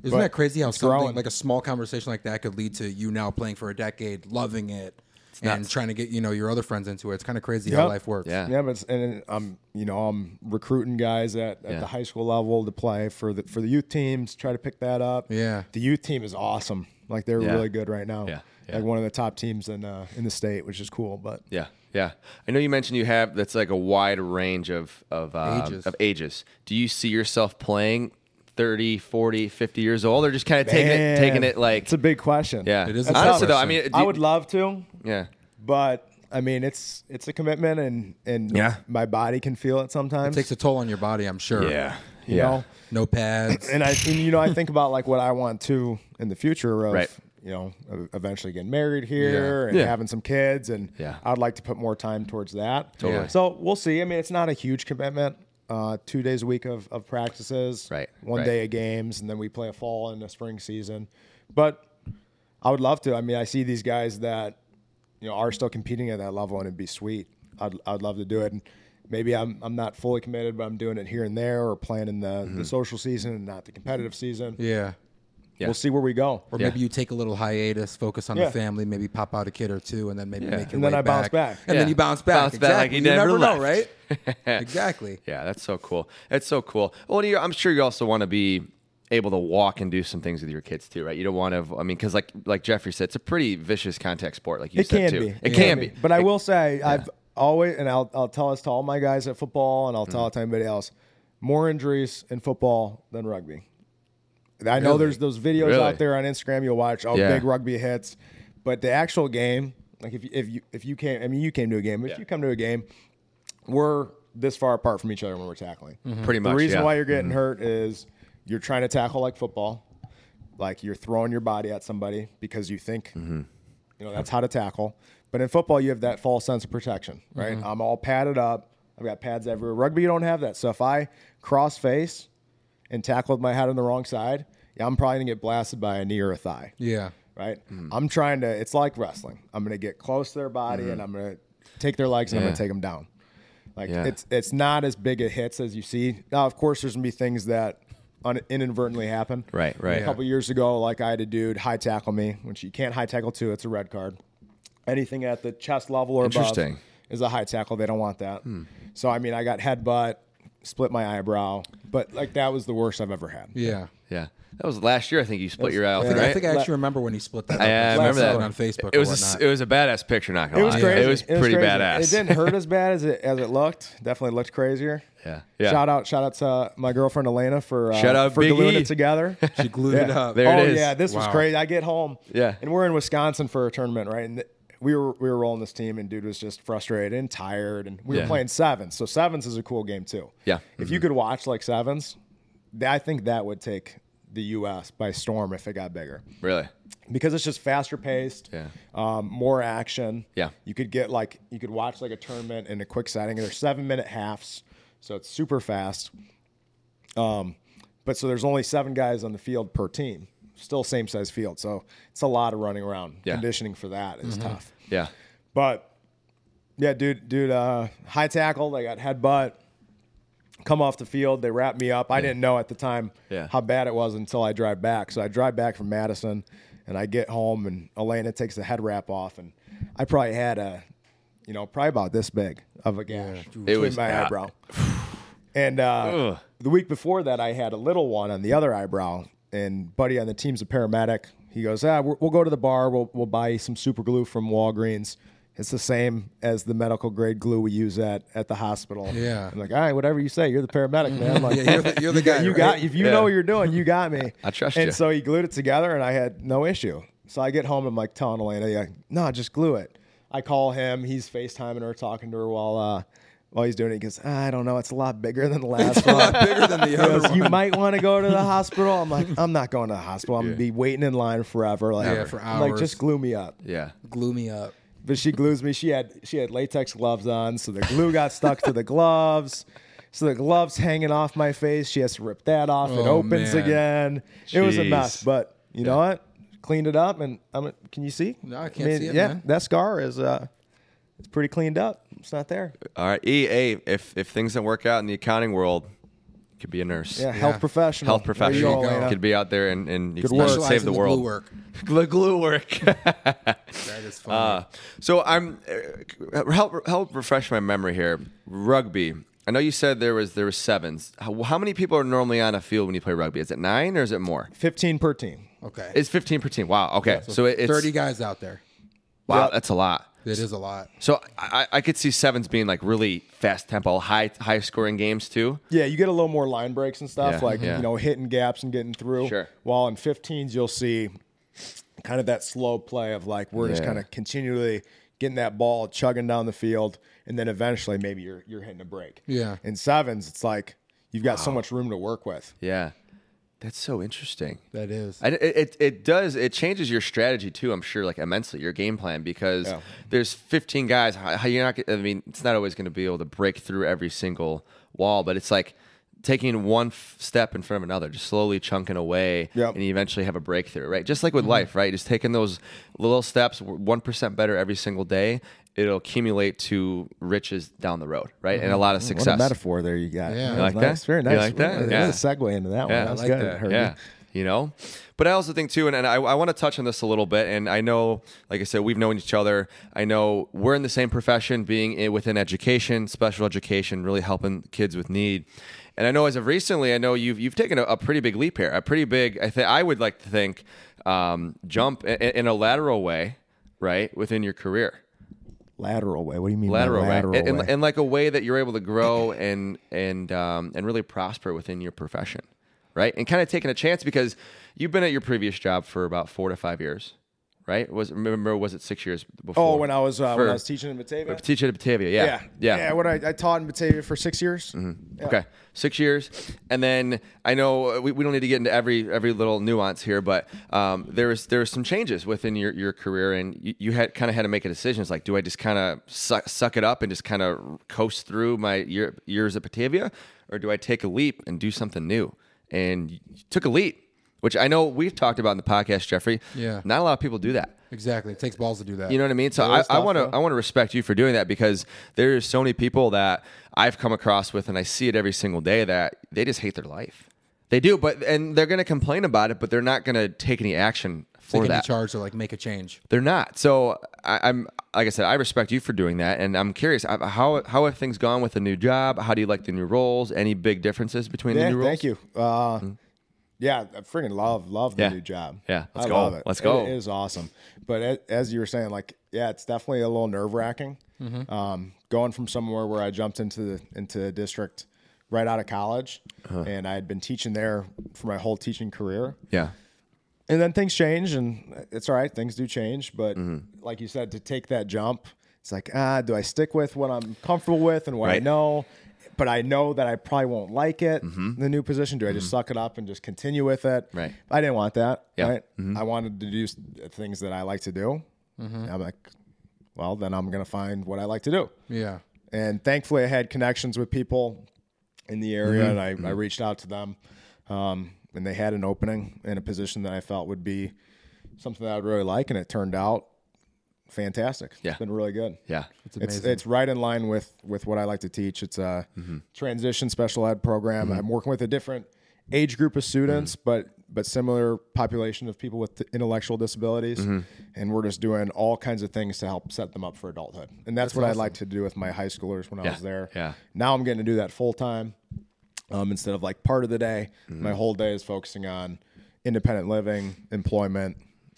S1: Isn't that crazy how something
S3: growing.
S1: like a small conversation like that could lead to you now playing for a decade, loving it, and trying to get you know your other friends into it? It's kind of crazy how
S3: Yep.
S1: life works.
S2: Yeah.
S3: Yeah, but it's, and then I'm, you know, I'm recruiting guys at, at
S2: Yeah.
S3: the high school level to play for the for the youth teams. Try to pick that up.
S1: Yeah.
S3: the youth team is awesome. Like they're
S2: Yeah.
S3: really good right now.
S2: Yeah, yeah.
S3: like one of the top teams in uh, in the state, which is cool. But
S2: Yeah. Yeah. I know you mentioned you have that's like a wide range of of uh,
S1: Ages.
S2: of ages. Do you see yourself playing 30, 40, 50 years old or just kind of taking it
S3: Man,
S2: taking it like
S3: it's a big question.
S2: Yeah.
S1: It is a
S3: That's
S1: tough
S2: Honestly though, I
S1: question.
S2: mean, do
S3: I
S2: you-
S3: would love to.
S2: yeah.
S3: but I mean, it's it's a commitment, and and
S2: Yeah.
S3: my body can feel it sometimes.
S1: It takes a toll on your body, I'm sure.
S3: you know.
S1: No pads.
S3: and I and, you know I think about like what I want to in the future of
S2: Right.
S3: you know of- eventually getting married here
S1: Yeah.
S3: and
S2: Yeah.
S3: having some kids and
S2: Yeah.
S3: I'd like to put more time towards that.
S2: Totally. Yeah.
S3: So we'll see. I mean, it's not a huge commitment. Uh, two days a week of, of practices,
S2: Right,
S3: One
S2: right.
S3: day of games, and then we play a fall and a spring season. But I would love to. I mean, I see these guys that you know are still competing at that level, and it'd be sweet. I'd, I'd love to do it. And maybe I'm I'm not fully committed, but I'm doing it here and there, or playing in the, the social season and not the competitive season.
S1: yeah.
S2: Yeah.
S3: We'll see where we go.
S1: Or
S2: Yeah.
S1: maybe you take a little hiatus, focus on
S3: Yeah.
S1: the family, maybe pop out a kid or two, and then maybe
S2: Yeah.
S1: make your
S3: And then
S1: way
S3: I bounce back.
S1: And
S2: Yeah.
S1: then you bounce back.
S2: Bounce back
S1: exactly.
S2: like you
S1: you
S2: never
S1: never know,
S2: left.
S1: right?
S2: (laughs)
S1: exactly.
S2: Yeah, that's so cool. That's so cool. Well, you I'm sure you also want to be able to walk and do some things with your kids too, right? You don't want to. I mean, because like like Jeffrey said, it's a pretty vicious contact sport. Like you
S3: It
S2: said
S3: can
S2: too.
S3: be.
S2: It can be.
S3: But I will say I've always and I'll I'll tell us to all my guys at football and I'll tell it
S2: Mm-hmm.
S3: to anybody else, more injuries in football than rugby. I know
S1: Really?
S3: there's those videos
S2: Really?
S3: out there on Instagram you'll watch, oh
S2: Yeah.
S3: big rugby hits. But the actual game, like if you if you if you came I mean you came to a game, but if you come to a game, we're this far apart from each other when we're tackling.
S2: Mm-hmm. Pretty much.
S3: The reason
S2: yeah. Mm-hmm.
S3: why you're getting hurt is you're trying to tackle like football, like you're throwing your body at somebody because you think, you know, that's how to tackle. But in football, you have that false sense of protection, right? I'm all padded up. I've got pads everywhere. Rugby, you don't have that. So if I cross face and tackle with my head on the wrong side, yeah, I'm probably gonna get blasted by a knee or a thigh,
S1: Yeah.
S3: right?
S2: Mm-hmm.
S3: I'm trying to. It's like wrestling. I'm gonna get close to their body and I'm gonna take their legs and I'm
S2: Yeah.
S3: gonna take them down. Like
S2: Yeah.
S3: it's it's not as big a hits as you see. Now, of course, there's gonna be things that un- inadvertently happen.
S2: Right, right.
S3: A couple years ago, like I had a dude high tackle me, which you can't high tackle to. It's a red card. Anything at the chest level or
S2: Interesting. Hmm.
S3: above is a high tackle. They don't want that. So I mean, I got headbutt, split my eyebrow, but like that was the worst I've ever had.
S1: Yeah.
S2: Yeah, that was last year. I think you split your eye off.
S3: yeah.
S2: Right?
S1: I think I
S3: Let-
S1: actually remember when he split that. up.
S2: Yeah, I
S1: saw
S2: remember that
S1: it on Facebook.
S2: It
S1: or
S2: was a, s-
S1: whatnot.
S2: it was a badass picture. Not gonna
S3: It was
S2: lie.
S3: crazy.
S2: It was pretty
S3: crazy.
S2: badass.
S3: It didn't
S2: (laughs)
S3: hurt as bad as it as it looked. Definitely looked crazier.
S2: Yeah. Yeah.
S3: Shout out, shout out to uh, my girlfriend Elena for uh,
S2: Shout out
S3: for
S2: Big
S3: gluing
S2: E. (laughs)
S3: it together.
S1: she glued it up.
S2: There- it
S3: oh
S2: is.
S3: yeah, this was
S1: Wow.
S3: crazy. I get home.
S2: Yeah.
S3: And we're in Wisconsin for a tournament, right? And th- we were we were rolling this team, and dude was just frustrated and tired. And we
S2: Yeah.
S3: were playing sevens, so sevens is a cool game too.
S2: Yeah. Mm-hmm.
S3: If you could watch like sevens, th- I think that would take the U.S. by storm if it got bigger.
S2: Really.
S3: because it's just faster paced,
S2: Yeah.
S3: um, more action.
S2: Yeah.
S3: you could get like you could watch like a tournament in a quick setting. They're seven minute halves, so it's super fast. Um, but so there's only seven guys on the field per team. Still same size field, so it's a lot of running around.
S2: Yeah. Mm-hmm.
S3: Conditioning for that is tough.
S2: Yeah.
S3: But yeah, dude, dude, uh, high tackle. They got headbutt. Come off the field. They wrap me up. I didn't know at the time
S2: Yeah.
S3: how bad it was until I drive back. So I drive back from Madison, and I get home, and Elena takes the head wrap off, and I probably had a, you know, probably about this big of a gash between
S2: was
S3: my
S2: bad.
S3: eyebrow. And uh, the week before that, I had a little one on the other eyebrow. And buddy on the team's a paramedic. He goes, "Ah, we're- we'll go to the bar. We'll we'll buy you some super glue from Walgreens. It's the same as the medical grade glue we use at at the hospital."
S1: Yeah.
S3: I'm like, all right, whatever you say. You're the paramedic,
S1: (laughs)
S3: man. Like,
S1: Yeah, you're the- you're the
S3: (laughs) you got-
S1: guy,
S3: You
S1: right?
S3: got if you
S2: Yeah.
S3: know what you're doing, you got me.
S2: (laughs) I trust
S3: and
S2: you.
S3: so he glued it together, and I had no issue. So I get home, I'm like telling Elena, yeah, no, just glue it. I call him. He's FaceTiming her, talking to her while uh, while he's doing it. He goes, "Ah, I don't know, it's a lot bigger than
S1: (laughs)
S3: the last one.
S1: bigger than the other
S3: He goes,
S1: one.
S3: you might want to go to the hospital. I'm like, I'm not going to the hospital. I'm gonna be waiting in line forever. Like,
S1: Yeah, for
S3: I'm like
S1: hours.
S3: just glue me up.
S2: Yeah.
S1: Glue me up.
S3: But she glues me. She had she had latex gloves on, so the glue got stuck to the gloves. So the gloves hanging off my face. She has to rip that off. it
S1: Oh,
S3: opens
S1: man.
S3: again. It was a
S2: Jeez.
S3: mess, but you know what? Cleaned it up, and I'm. Can you see?
S1: No, I can't see it,
S3: Yeah,
S1: man.
S3: that scar is uh, it's pretty cleaned up. It's not there.
S2: All right. EA, if if things don't work out in the accounting world, you could be a nurse.
S3: Yeah, health professional.
S2: Health
S3: There you
S2: professional
S3: go, Elena.
S2: could be out there and, and you
S3: Good
S2: could
S3: work.
S1: Specialize
S2: save
S1: in
S2: the
S1: glue
S2: world. (laughs)
S1: work.
S2: Glue, glue work. (laughs)
S1: That is funny.
S2: Uh, so I'm uh, help help refresh my memory here. Rugby. I know you said there was there was sevens. How, how many people are normally on a field when you play rugby? Is it nine or is it more?
S3: Fifteen per team.
S1: okay.
S2: It's fifteen percent. Wow. Okay. so it, it's
S1: Thirty guys out there.
S2: Wow, that's a lot.
S1: It is a lot.
S2: So I, I I could see sevens being like really fast tempo, high high scoring games too.
S3: Yeah, you get a little more line breaks and stuff,
S2: Yeah,
S3: like
S2: yeah.
S3: you know, hitting gaps and getting through.
S2: Sure.
S3: While in 15s, you'll see kind of that slow play of like we're just
S2: Yeah.
S3: kind of continually getting that ball chugging down the field, and then eventually maybe you're you're hitting a break.
S1: Yeah.
S3: In sevens, it's like you've got so much room to work with.
S2: Yeah, that's so interesting.
S1: That is.
S2: I, it, it it does it changes your strategy too. I'm sure like immensely your game plan because
S3: Yeah.
S2: there's 15 guys. How how you're not? I mean, it's not always going to be able to break through every single wall, but it's like taking one f- step in front of another, just slowly chunking away,
S3: Yep. Mm-hmm.
S2: and you eventually have a breakthrough, right? Just like with life, right? Just taking those little steps, one percent better every single day. It'll accumulate to riches down the road, right? And a lot of
S3: Mm-hmm. What
S2: success.
S3: a metaphor there you got.
S1: Yeah. You
S3: was
S2: like that?
S3: nice. Very
S2: You
S3: nice.
S2: like that?
S3: There's
S2: Yeah.
S3: a segue into that one.
S2: Yeah,
S3: That was
S1: I like
S3: good.
S1: that.
S3: Herbie.
S2: Yeah. You know, but I also think too, and, and I, I want to touch on this a little bit. And I know, like I said, we've known each other. I know we're in the same profession, being in, within education, special education, really helping kids with need. And I know as of recently, I know you've you've taken a, a pretty big leap here, a pretty big. I think I would like to think um, jump in, in a lateral way, right, within your career
S3: Lateral way. What do you mean? by
S2: lateral,
S3: lateral
S2: way, and,
S3: way?
S2: and, and like a way that you're able to grow and and um, and really prosper within your profession, right? And kind of taking a chance because you've been at your previous job for about four to five years, right? Was remember was it six years before?
S3: oh, when I was uh, when
S2: For-
S3: I was teaching in Batavia.
S2: teaching at Batavia, yeah, Mm-hmm.
S3: Yeah. What I, I taught in Batavia for six years.
S2: Okay, six years, and then I know uh, we, we don't need to get into every every little nuance here, but um, there was there was some changes within your, your career, and you, you had kind of had to make a decision. It's like, do I just kind of suck, suck it up and just kind of coast through my year, years at Batavia, or do I take a leap and do something new? And you took a leap, which I know we've talked about in the podcast, Jeffrey.
S1: Yeah.
S2: not a lot of people do that.
S1: exactly. It takes balls to do that.
S2: You know what I mean? So
S3: Yeah,
S2: I
S3: it's
S2: I
S3: tough,
S2: want to
S3: yeah.
S2: I want to respect you for doing that because there are so many people that I've come across with, and I see it every single day that they just hate their life. They do, but and they're going to complain about it, but they're not going to take any action for
S1: Taking the
S2: that.
S1: charge to like make a change.
S2: They're not. So I, I'm like I said, I respect you for doing that, and I'm curious I- how how have things gone with the new job? How do you like the new roles? Any big differences between
S3: Yeah,
S2: the new roles?
S3: thank you. Uh, Yeah, I freaking love love the
S2: Yeah.
S3: new job.
S2: Yeah, let's
S3: I
S2: go.
S3: love it.
S2: Let's go.
S3: It is awesome. But a- as you were saying, like, yeah, it's definitely a little nerve wracking. Um, going from somewhere where I jumped into the into a district right out of college,
S2: Uh-huh.
S3: and I had been teaching there for my whole teaching career
S2: Yeah, Mm-hmm.
S3: and then things change and it's all right things do change but like you said to take that jump It's like, ah, do I stick with what I'm comfortable with and what I
S2: Right.
S3: know? But I know that I probably won't like it, the new position. Do I just suck it up and just continue with it?
S2: Mm-hmm. Right.
S3: I didn't want that.
S2: Yeah. Mm-hmm.
S3: Right. I wanted to do s- things that I like to do. I'm like, well, then I'm going to find what I like to do.
S1: Yeah.
S3: And thankfully, I had connections with people in the area, and I, I reached out to them, um, and they had an opening in a position that I felt would be something that I would really like, and it turned out fantastic.
S2: Yeah.
S3: It's been really good.
S2: Yeah.
S3: It's, it's right in line with with what I like to teach. It's a
S2: Mm-hmm.
S3: transition special ed program. I'm working with a different age group of students,
S2: Mm-hmm.
S3: but but similar population of people with intellectual disabilities,
S2: Mm-hmm.
S3: and we're just doing all kinds of things to help set them up for adulthood. And that's, what I like to do with my high schoolers when I was there.
S2: yeah.
S3: Now I'm getting to do that full time um, instead of like part of the day.
S2: Mm-hmm.
S3: My whole day is focusing on independent living, employment,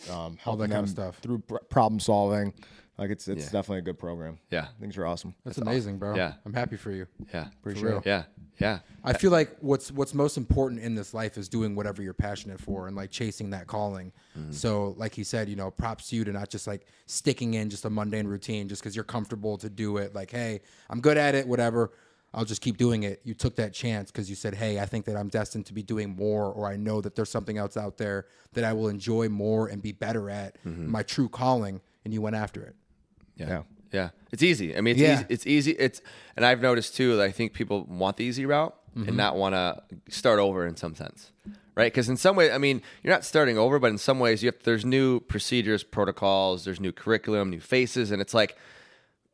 S3: um,
S1: that
S3: helping
S1: kind
S3: them
S1: of stuff.
S3: through pr- problem solving. Like it's it's definitely a good program.
S2: Yeah.
S3: things are awesome.
S1: That's, amazing, bro.
S2: Yeah.
S1: I'm happy for you.
S2: Yeah.
S1: Appreciate real. it.
S2: Yeah. Yeah.
S1: I feel like what's what's most important in this life is doing whatever you're passionate for and like chasing that calling. So, like he said, you know, props to you to not just like sticking in just a mundane routine just because you're comfortable to do it. Like, hey, I'm good at it, whatever. I'll just keep doing it. You took that chance because you said, hey, I think that I'm destined to be doing more, or I know that there's something else out there that I will enjoy more and be better at my true calling, and you went after it.
S2: Yeah.
S3: Yeah.
S2: Yeah. It's easy. I mean, it's
S1: Yeah.
S2: easy. It's easy. It's and I've noticed too that I think people want the easy route and not want to start over in some sense, right? Because in some way, I mean, you're not starting over, but in some ways, you have there's new procedures, protocols, there's new curriculum, new faces, and it's like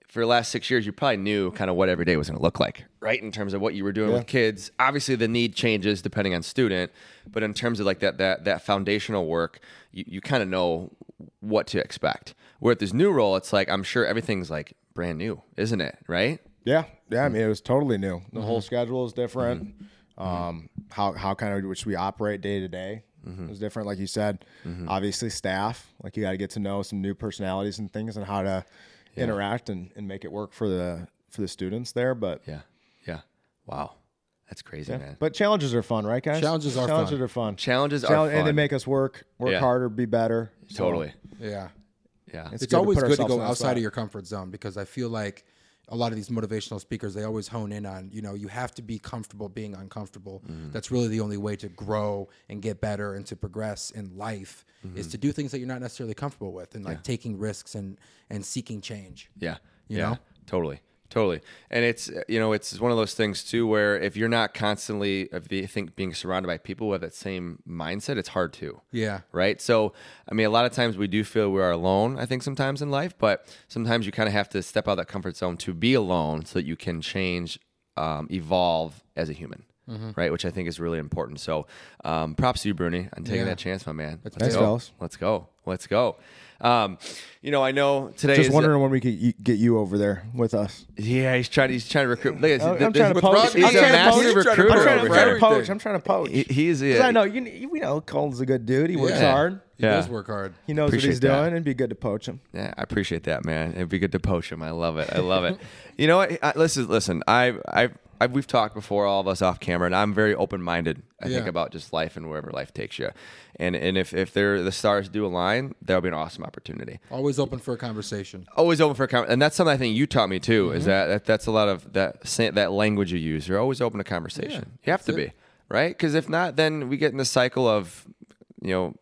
S2: for the last six years, you probably knew kind of what every day was going to look like, right? In terms of what you were doing with kids. Obviously, the need changes depending on student, but in terms of like that that that foundational work, you, you kind of know what to expect. Where at this new role, it's like I'm sure everything's like brand new, isn't it? Right?
S3: Yeah, yeah. I mean, it was totally new. The
S1: Mm-hmm.
S3: whole schedule is different. Um, how how kind of which we operate day to day
S1: Mm-hmm.
S3: is different. Like you said, obviously staff. Like you got to get to know some new personalities and things and how to interact and, and make it work for the for the students there. But
S2: Yeah, yeah. Wow, that's crazy, man.
S3: but challenges are fun, right, guys?
S1: Challenges are
S3: challenges
S1: fun.
S3: are fun.
S2: Challenges are
S3: Challenge- and they
S2: fun.
S3: make us work work
S2: Yeah.
S3: harder, be better. So
S2: Totally.
S1: Yeah.
S2: Yeah.
S1: it's,
S3: good to
S1: always
S3: put
S1: good to
S3: ourselves
S1: go
S3: on the
S1: outside
S3: spot.
S1: of your comfort zone because I feel like a lot of these motivational speakers they always hone in on you know you have to be comfortable being uncomfortable. That's really the only way to grow and get better and to progress in life is to do things that you're not necessarily comfortable with and like taking risks and and seeking change.
S2: Yeah.
S1: You
S2: yeah.
S1: know?
S2: Totally. Totally. And it's uh, you know, it's one of those things too where if you're not constantly if you think being surrounded by people with that same mindset, it's hard to.
S1: Yeah.
S2: Right. So I mean a lot of times we do feel we are alone, I think sometimes in life, but sometimes you kind of have to step out of that comfort zone to be alone so that you can change, um, evolve as a human.
S1: Mm-hmm.
S2: Right, which I think is really important. So, um, props to you, Bruni, on taking that chance, my man. Let's
S3: Thanks,
S2: go.
S3: fellas.
S2: Let's go. Let's go. Um, you know, I know today.
S3: Just
S2: is-
S3: wondering when we could y- get you over there with us.
S2: yeah, he's trying. He's trying to recruit. Look, at-
S3: Oh, I'm
S2: this-
S3: trying to
S2: with
S3: poach-
S2: Rob-
S3: I'm
S2: He's a
S3: trying to poach-
S2: massive
S3: I'm
S1: trying to poach-
S2: recruiter.
S1: I'm
S2: over
S1: trying to
S2: here.
S1: poach-
S3: I'm trying to poach.
S2: He- He's
S3: Because I
S2: a,
S3: know you. kn- We know Colton's a good dude. He works
S1: Yeah.
S3: hard.
S1: He
S2: Yeah.
S1: does work hard.
S3: He knows what
S2: Appreciate
S3: he's
S2: that.
S3: doing. It'd be good to poach him.
S2: Yeah, I appreciate that, man. It'd be good to poach him. I love it. I love
S3: (laughs)
S2: it. You know what? I, listen, listen. I, I, I, we've talked before, all of us off camera, and I'm very open minded. I think
S1: Yeah.
S2: about just life and wherever life takes you. And and if if they're the stars do align, that'll be an awesome opportunity.
S1: Always open for a conversation.
S2: always open for a conversation. And that's something I think you taught me too. Is
S1: Mm-hmm.
S2: that, that that's a lot of that sa- that language you use. You're always open to conversation. you have to be right because if not, then we get in the cycle of you know,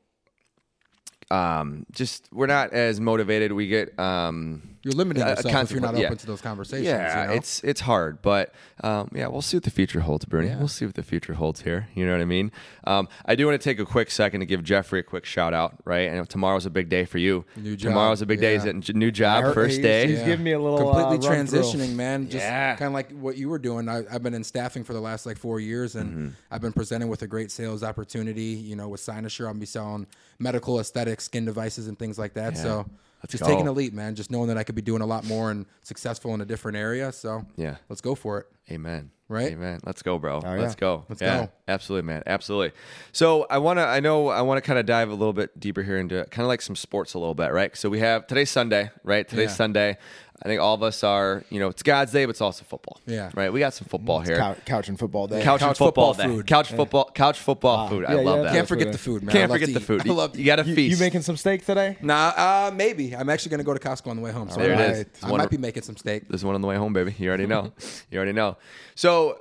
S2: um, just we're not as motivated. We get um.
S1: You're limiting
S2: Uh,
S1: yourself if you're not
S2: consequent- yeah.
S1: open to those conversations.
S2: Yeah,
S1: you know?
S2: it's it's hard, but um, yeah, we'll see what the future holds, Bruni. We'll see what the future holds here. You know what I mean? Um, I do want to take a quick second to give Jeffrey a quick shout out, right? And tomorrow's a big day for you.
S1: New job,
S2: Tomorow's a big
S1: yeah.
S2: day. He's getting a new job,
S3: heard-
S2: first
S3: he's-
S2: day.
S3: he's giving me a little,
S1: completely
S3: uh, run through.
S1: transitioning, man. Just
S2: Yeah.
S1: kind of like what you were doing. I, I've been in staffing for the last like four years, and
S2: Mm-hmm.
S1: I've been presented with a great sales opportunity. You know, with Sinusure, I'll be selling medical aesthetic skin devices and things like that. So
S2: Let's
S1: just
S2: go.
S1: taking a leap, man. Just knowing that I could be doing a lot more and successful in a different area. So
S2: Yeah.
S1: let's go for it.
S2: Amen.
S1: Right? Oh,
S2: Amen. Let's go, bro.
S3: yeah.
S2: Let's go. Let's
S1: go.
S2: Absolutely, man. Absolutely. So I wanna I know I wanna kinda dive a little bit deeper here into kind of like some sports a little bit, right? So we have today's Sunday, right? Today's
S1: Yeah.
S2: Sunday. I think all of us are, you know, it's God's day, but it's also football.
S1: Yeah.
S2: Right. We got some football here.
S3: Couch, couch and football day.
S2: couch, and
S1: Couch
S2: football,
S1: football
S2: day.
S1: food. Ah,
S2: Couch football. Couch football food. I
S3: Yeah,
S2: love
S3: yeah.
S2: that.
S1: Can't
S3: That's
S1: forget
S3: what
S1: the
S3: I-
S1: food, man. I
S2: Can't
S1: love
S2: forget
S1: to
S2: the
S1: eat.
S2: food.
S1: I love.
S2: you. got to
S3: You,
S2: feast.
S3: you making some steak today?
S1: Nah, uh, maybe. I'm actually gonna go to Costco on the way home. So
S2: There it
S1: I,
S2: is. It's
S1: I
S2: one-
S1: might be making some steak.
S2: There's one on the way home, baby. You already
S3: (laughs)
S2: know. you already know. So,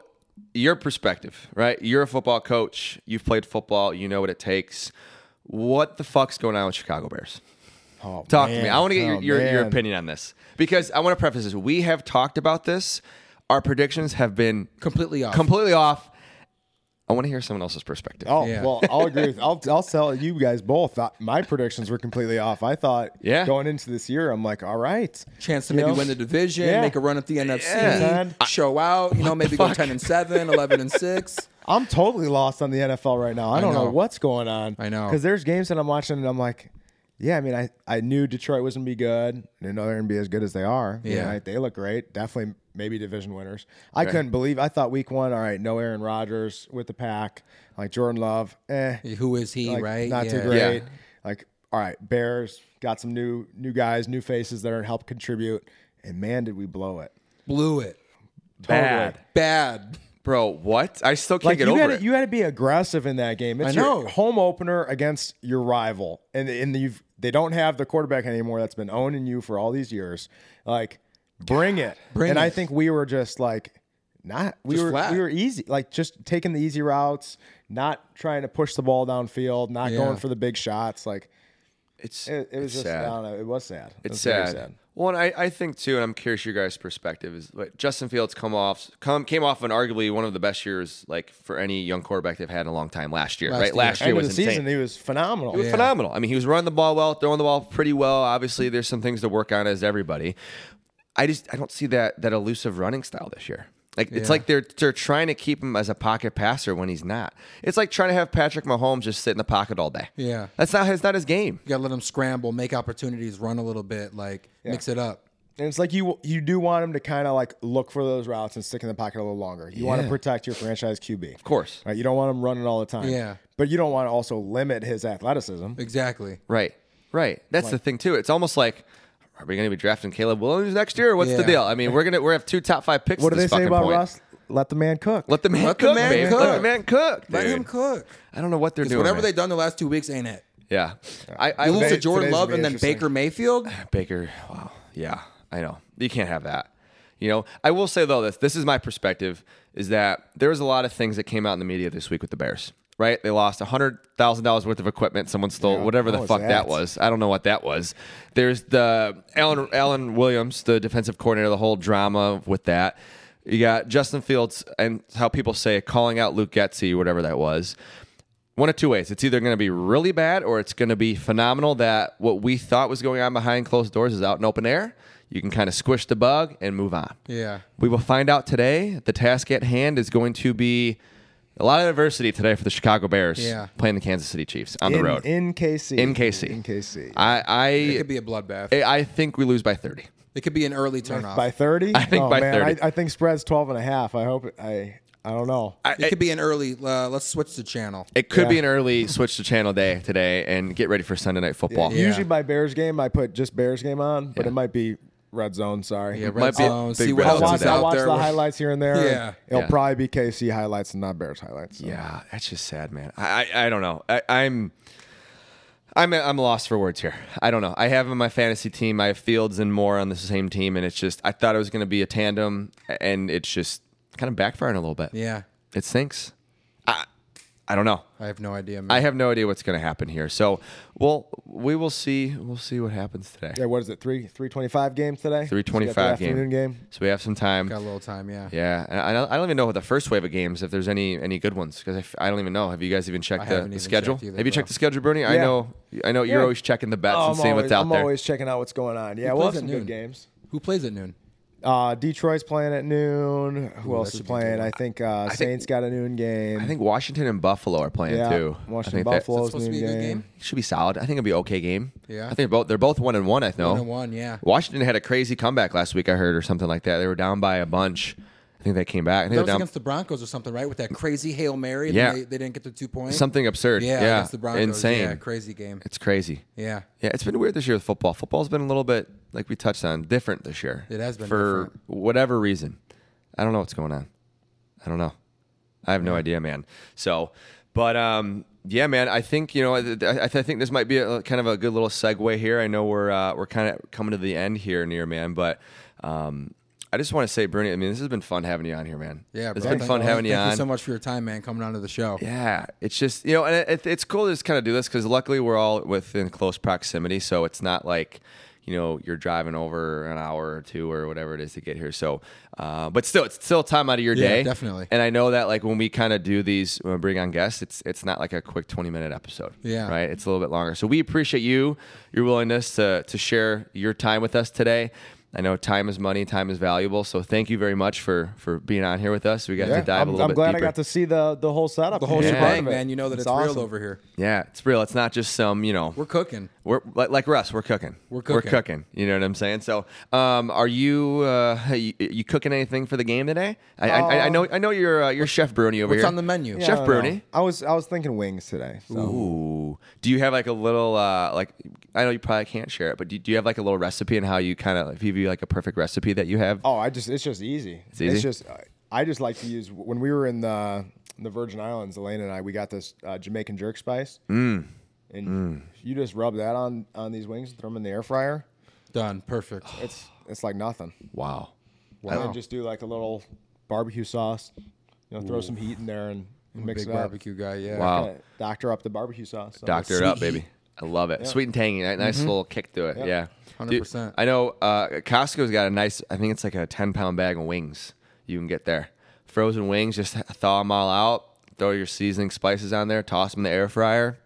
S2: your perspective, right? You're a football coach. You've played football. You know what it takes. What the fuck's going on with Chicago Bears?
S3: Oh,
S2: Talk to
S3: man.
S2: me. I want to get
S3: Oh,
S2: your, your, your
S3: man.
S2: opinion on this because I want to preface this. We have talked about this. Our predictions have been
S1: Completely off.
S2: completely off. I want to hear someone else's perspective.
S3: Oh
S1: Yeah.
S3: well,
S2: (laughs)
S3: I'll agree with. I'll I'll tell you guys both. I, my predictions were completely off. I thought
S2: Yeah.
S3: going into this year, I'm like, all right,
S1: Chance to
S3: You
S1: maybe
S3: know?
S1: win the division,
S3: Yeah.
S1: make a run at the NFC,
S3: Man.
S1: show out. You know, maybe go
S2: fuck?
S1: ten and 7, 11 and six.
S3: I'm totally lost on the NFL right now. I don't know.
S1: know.
S3: what's going on.
S1: I know.
S3: because there's games that I'm watching and I'm like, yeah. I mean, I, I knew Detroit was gonna be good. I didn't know they're gonna be as good as they are. You
S1: Yeah.
S3: know, they look great. Definitely, maybe division winners. I couldn't believe. I thought week one, all right, no Aaron Rodgers with the pack, like Jordan Love, eh,
S1: Who is he?
S3: like,
S1: right?
S3: Not too
S1: Yeah.
S3: great.
S2: Yeah.
S3: Like, all right, Bears got some new new guys, new faces that are help contribute. And man, did we blow it!
S1: Blew it.
S2: Bad,
S1: Bad.
S2: bro. What? I still can't
S3: Like
S2: get
S3: you
S2: over
S3: had
S2: it.
S3: to, you had to be aggressive in that game. It's
S1: I
S3: your
S1: know.
S3: home opener against your rival, and and you've they don't have the quarterback anymore that's been owning you for all these years. Like,
S2: (sighs)
S3: bring it.
S1: Bring
S3: and I
S1: it.
S3: think we were just like not we
S1: Just
S3: were
S1: flat.
S3: we were easy, like just taking the easy routes, not trying to push the ball downfield, not
S1: Yeah.
S3: going for the big shots. Like
S2: it's
S3: it, it was
S2: it's
S3: just
S2: sad.
S3: I don't know, it was sad. It
S2: It's
S3: was very
S2: sad. Well, and I, I think too, and I'm curious your guys' perspective is like Justin Fields come off come came off an arguably one of the best years like for any young quarterback they've had in a long time last year.
S1: Last
S2: right,
S1: year.
S2: last year
S3: End of
S2: was
S3: the
S2: insane.
S3: season, he was phenomenal.
S2: It was phenomenal. I mean, he was running the ball well, throwing the ball pretty well. Obviously, there's some things to work on as everybody. I just I don't see that that elusive running style this year. Like it's
S1: Yeah.
S2: like they're they're trying to keep him as a pocket passer when he's not. It's like trying to have Patrick Mahomes just sit in the pocket all day.
S1: Yeah.
S2: That's not his not his game.
S1: You gotta let him scramble, make opportunities, run a little bit, like mix it up.
S3: And it's like you you do want him to kind of like look for those routes and stick in the pocket a little longer. You want to
S1: Yeah.
S3: protect your franchise QB. Of
S2: course.
S3: Right? You don't want him running all the time.
S1: Yeah.
S3: But you don't want to also limit his athleticism.
S1: Exactly.
S2: Right. Right. That's the thing too. It's almost like are we going to be drafting Caleb Williams next year? Or what's the
S1: Yeah.
S2: deal? I mean, we're gonna we're gonna have two top five picks.
S3: What
S2: at
S3: do they
S2: this
S3: say
S2: fucking
S3: about
S2: point.
S3: Russ? Let the man cook.
S2: Let the man
S1: Let the
S2: cook,
S1: man
S2: baby. Let the
S1: cook.
S2: man cook.
S1: Let him
S2: dude.
S1: cook.
S2: I don't know what they're doing.
S1: Whatever
S2: man.
S1: they've done the last two weeks ain't it.
S2: Yeah. I, I
S1: You lose
S2: would
S1: to
S2: say
S3: Today-
S1: Jordan
S3: today's
S1: Love
S3: gonna be
S1: and then
S3: interesting.
S1: Baker Mayfield.
S2: (sighs) Baker. Wow. Yeah. I know. You can't have that. You know, I will say though this this is my perspective is that there was a lot of things that came out in the media this week with the Bears. Right? They lost hundred thousand dollars worth of equipment. Someone stole whatever the
S3: how is
S2: fuck that
S3: that?
S2: was. I don't know what that was. There's the Alan Alan Williams, the defensive coordinator, the whole drama with that. You got Justin Fields and how people say calling out Luke Getzey, whatever that was. One of two ways. It's either going to be really bad or it's going to be phenomenal that what we thought was going on behind closed doors is out in open air. You can kind of squish the bug and move on.
S1: Yeah.
S2: We will find out today. The task at hand is going to be a lot of adversity today for the Chicago Bears
S1: Yeah.
S2: playing the Kansas City Chiefs on
S3: in,
S2: the road.
S3: in KC.
S2: In KC.
S3: In KC.
S2: I I
S1: It could be a bloodbath.
S2: I I think we lose by 30.
S1: It could be an early turnoff.
S3: by 30? I
S2: Uh, think by 30.
S3: I, I think spread's 12 and a half. I hope it, I I don't know.
S2: I,
S1: it could be an early. Uh, let's switch the channel.
S2: it could be an early switch to channel day today and get ready for Sunday night football.
S1: Yeah.
S3: Usually by Bears game, I put just Bears game on, but it might be red zone, sorry.
S1: Yeah,
S2: might
S1: red
S2: be a
S1: zone.
S2: big
S1: See what
S2: red
S3: I'll
S1: else
S2: zone
S3: watch,
S1: is
S2: today.
S3: I'll
S1: out
S3: watch
S1: there.
S3: the highlights here and there. and
S1: Yeah.
S3: It'll
S2: Yeah.
S3: probably be KC highlights and not Bears highlights. so.
S2: Yeah, that's just sad, man. I I, I don't know. I, I'm I'm I'm lost for words here. I don't know. I have in my fantasy team. I have Fields and Moore on the same team, and it's just I thought it was going to be a tandem, and it's just kind of backfiring a little bit.
S1: Yeah,
S2: it sinks. I I don't know.
S1: I have no idea. Man.
S2: I have no idea what's going to happen here. So, well, we will see. We'll see what happens today.
S3: Yeah, what is it? Three three twenty five game today.
S2: Three twenty-five game.
S3: afternoon game.
S2: So we have some time.
S1: got a little time. Yeah,
S2: Yeah, and I don't, I don't even know what the first wave of games if there's any any good ones because I, f- I don't even know. Have you guys even
S1: I
S2: checked the,
S1: haven't
S2: the
S1: even
S2: schedule?
S1: checked either,
S2: have you
S1: bro.
S2: checked the schedule, Bernie? I
S3: Yeah.
S2: know I know you're
S3: Yeah.
S2: always checking the bets
S3: Oh,
S2: and seeing
S3: always,
S2: what's out
S3: I'm
S2: there.
S3: always checking out what's going on. Yeah,
S1: Who
S3: we'll
S1: plays
S3: have
S1: at
S3: some
S1: noon?
S3: good games.
S1: Who plays at noon?
S3: Uh, Detroit's playing at noon. Who else is
S1: should be
S3: playing?
S1: good.
S3: I think uh, Saints got a noon game.
S2: I think Washington and Buffalo are playing
S3: yeah,
S2: too. I
S3: Washington
S2: think that-
S3: Buffalo's
S1: supposed to
S3: noon
S1: be a good
S3: game.
S1: game?
S2: should be solid. I think it'll be an okay game.
S1: Yeah.
S2: I think both they're both one and one. I know
S1: One and one. Yeah,
S2: Washington had a crazy comeback last week. I heard or something like that. They were down by a bunch. I think they came back. I
S1: that
S2: think they're
S1: was
S2: down
S1: against the Broncos or something, right? With that crazy hail mary. and
S2: Yeah.
S1: they, they didn't get the two points.
S2: something absurd.
S1: Yeah,
S2: yeah,
S1: against the Broncos.
S2: insane.
S1: Yeah, crazy game.
S2: It's crazy.
S1: Yeah,
S2: Yeah, it's been weird this year with football. Football's been a little bit like we touched on, different this year.
S1: It has been
S2: for
S1: different.
S2: whatever reason. I don't know what's going on. I don't know. I have no idea, man. So, but um, yeah, man. I think you know. I, I, I think this might be a, kind of a good little segue here. I know we're uh, we're kind of coming to the end here, near man. But um, I just want to say, Bernie. I mean, this has been fun having you on here, man.
S1: Yeah,
S2: it's
S1: bro,
S2: been
S1: thank-
S2: fun having you
S1: Thank
S2: on.
S1: you so much for your time, man, coming onto the show.
S2: Yeah, it's just you know, and it, it's cool to just kind of do this because luckily we're all within close proximity, so it's not like you know you're driving over an hour or two or whatever it is to get here. So, uh, but still, it's still time out of your
S1: Yeah,
S2: day,
S1: definitely.
S2: And I know that like when we kind of do these, when we bring on guests, it's it's not like a quick twenty minute episode,
S1: Yeah.
S2: right? It's a little bit longer. So we appreciate you, your willingness to to share your time with us today. I know time is money, time is valuable. So thank you very much for for being on here with us. We got to dive
S3: I'm,
S2: a little
S3: I'm
S2: bit
S3: glad
S2: deeper.
S3: I got to see the the whole setup.
S1: The whole
S2: Yeah.
S1: shebang,
S2: Part
S1: man. You know that it's, real over here.
S2: Yeah, it's real. It's not just some, you know,
S1: We're cooking.
S2: we're like, like Russ, we're cooking.
S1: We're
S2: We're
S1: cooking.
S2: cooking. You know what I'm saying? So, um, are you, uh, you you cooking anything for the game today? I I, I know I know you're uh, you're Chef Bruni
S1: Um,
S2: over
S1: what's
S2: here.
S1: on the menu?
S2: Chef
S3: I don't know.
S2: Bruni.
S3: I was I was thinking wings today. So.
S2: Ooh. Do you have like a little uh, like I know you probably can't share it, but do, do you have like a little recipe and how you kind of if you have like a perfect recipe that you have?
S3: Oh, I just it's just easy. It's
S2: easy?
S3: just I just like to use when we were in the the Virgin Islands, Elaine and I, we got this uh, Jamaican jerk spice. Mm. And
S2: Mm.
S3: you just rub that on on these wings and throw them in the air fryer.
S1: Done. Perfect.
S3: It's it's like nothing.
S2: Wow.
S3: And
S2: Oh.
S1: Wow.
S3: then just do like a little barbecue sauce. You know, throw some heat in there and, and mix
S1: Big
S3: it up.
S1: barbecue guy. Yeah.
S2: Wow.
S3: Kinda Doctor up the barbecue sauce. So
S2: Doctor it
S1: Sweet
S2: up, baby.
S1: heat.
S2: I love it. Sweet and tangy. Ni- Nice
S1: Mm-hmm.
S2: little kick to it. Yeah. Dude,
S1: 100%.
S2: I know uh, Costco's got a nice, I think it's like a 10 pound bag of wings you can get there. Frozen wings, just thaw them all out, throw your seasoning spices on there, toss them in the air fryer.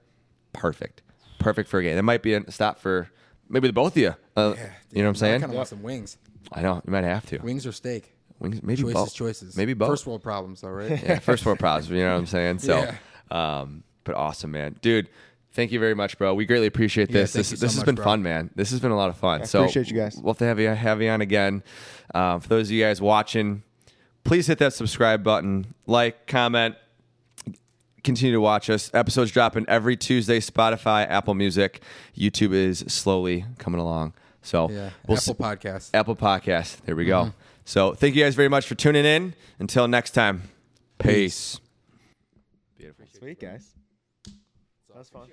S2: Perfect. Perfect for a game. That might be a stop for maybe the both of you. Uh, you know what I'm
S1: I
S2: saying?
S1: kind of want some wings.
S2: I know. You might have to.
S1: Wings or steak?
S2: Wings, maybe
S1: Choices,
S2: both.
S1: choices.
S2: Maybe both
S1: First world problems, though, right?
S2: (laughs) yeah, first world problems. You know what I'm saying? So, um, but awesome, man, dude. Thank you very much, bro. We greatly appreciate this.
S1: thank
S2: this
S1: you so
S2: this has
S1: much,
S2: been
S1: bro.
S2: fun, man. This has been a lot of fun. so
S3: appreciate you guys.
S2: We'll have to have you have you on again. Um, for those of you guys watching, please hit that subscribe button, like, comment, continue to watch us. Episodes dropping every Tuesday. Spotify, Apple Music, YouTube is slowly coming along. So
S1: Yeah.
S2: we'll
S1: Apple
S2: s-
S1: Podcast.
S2: Apple Podcast. There we go. So thank you guys very much for tuning in. Until next time, peace.
S3: sweet guys. That's fun.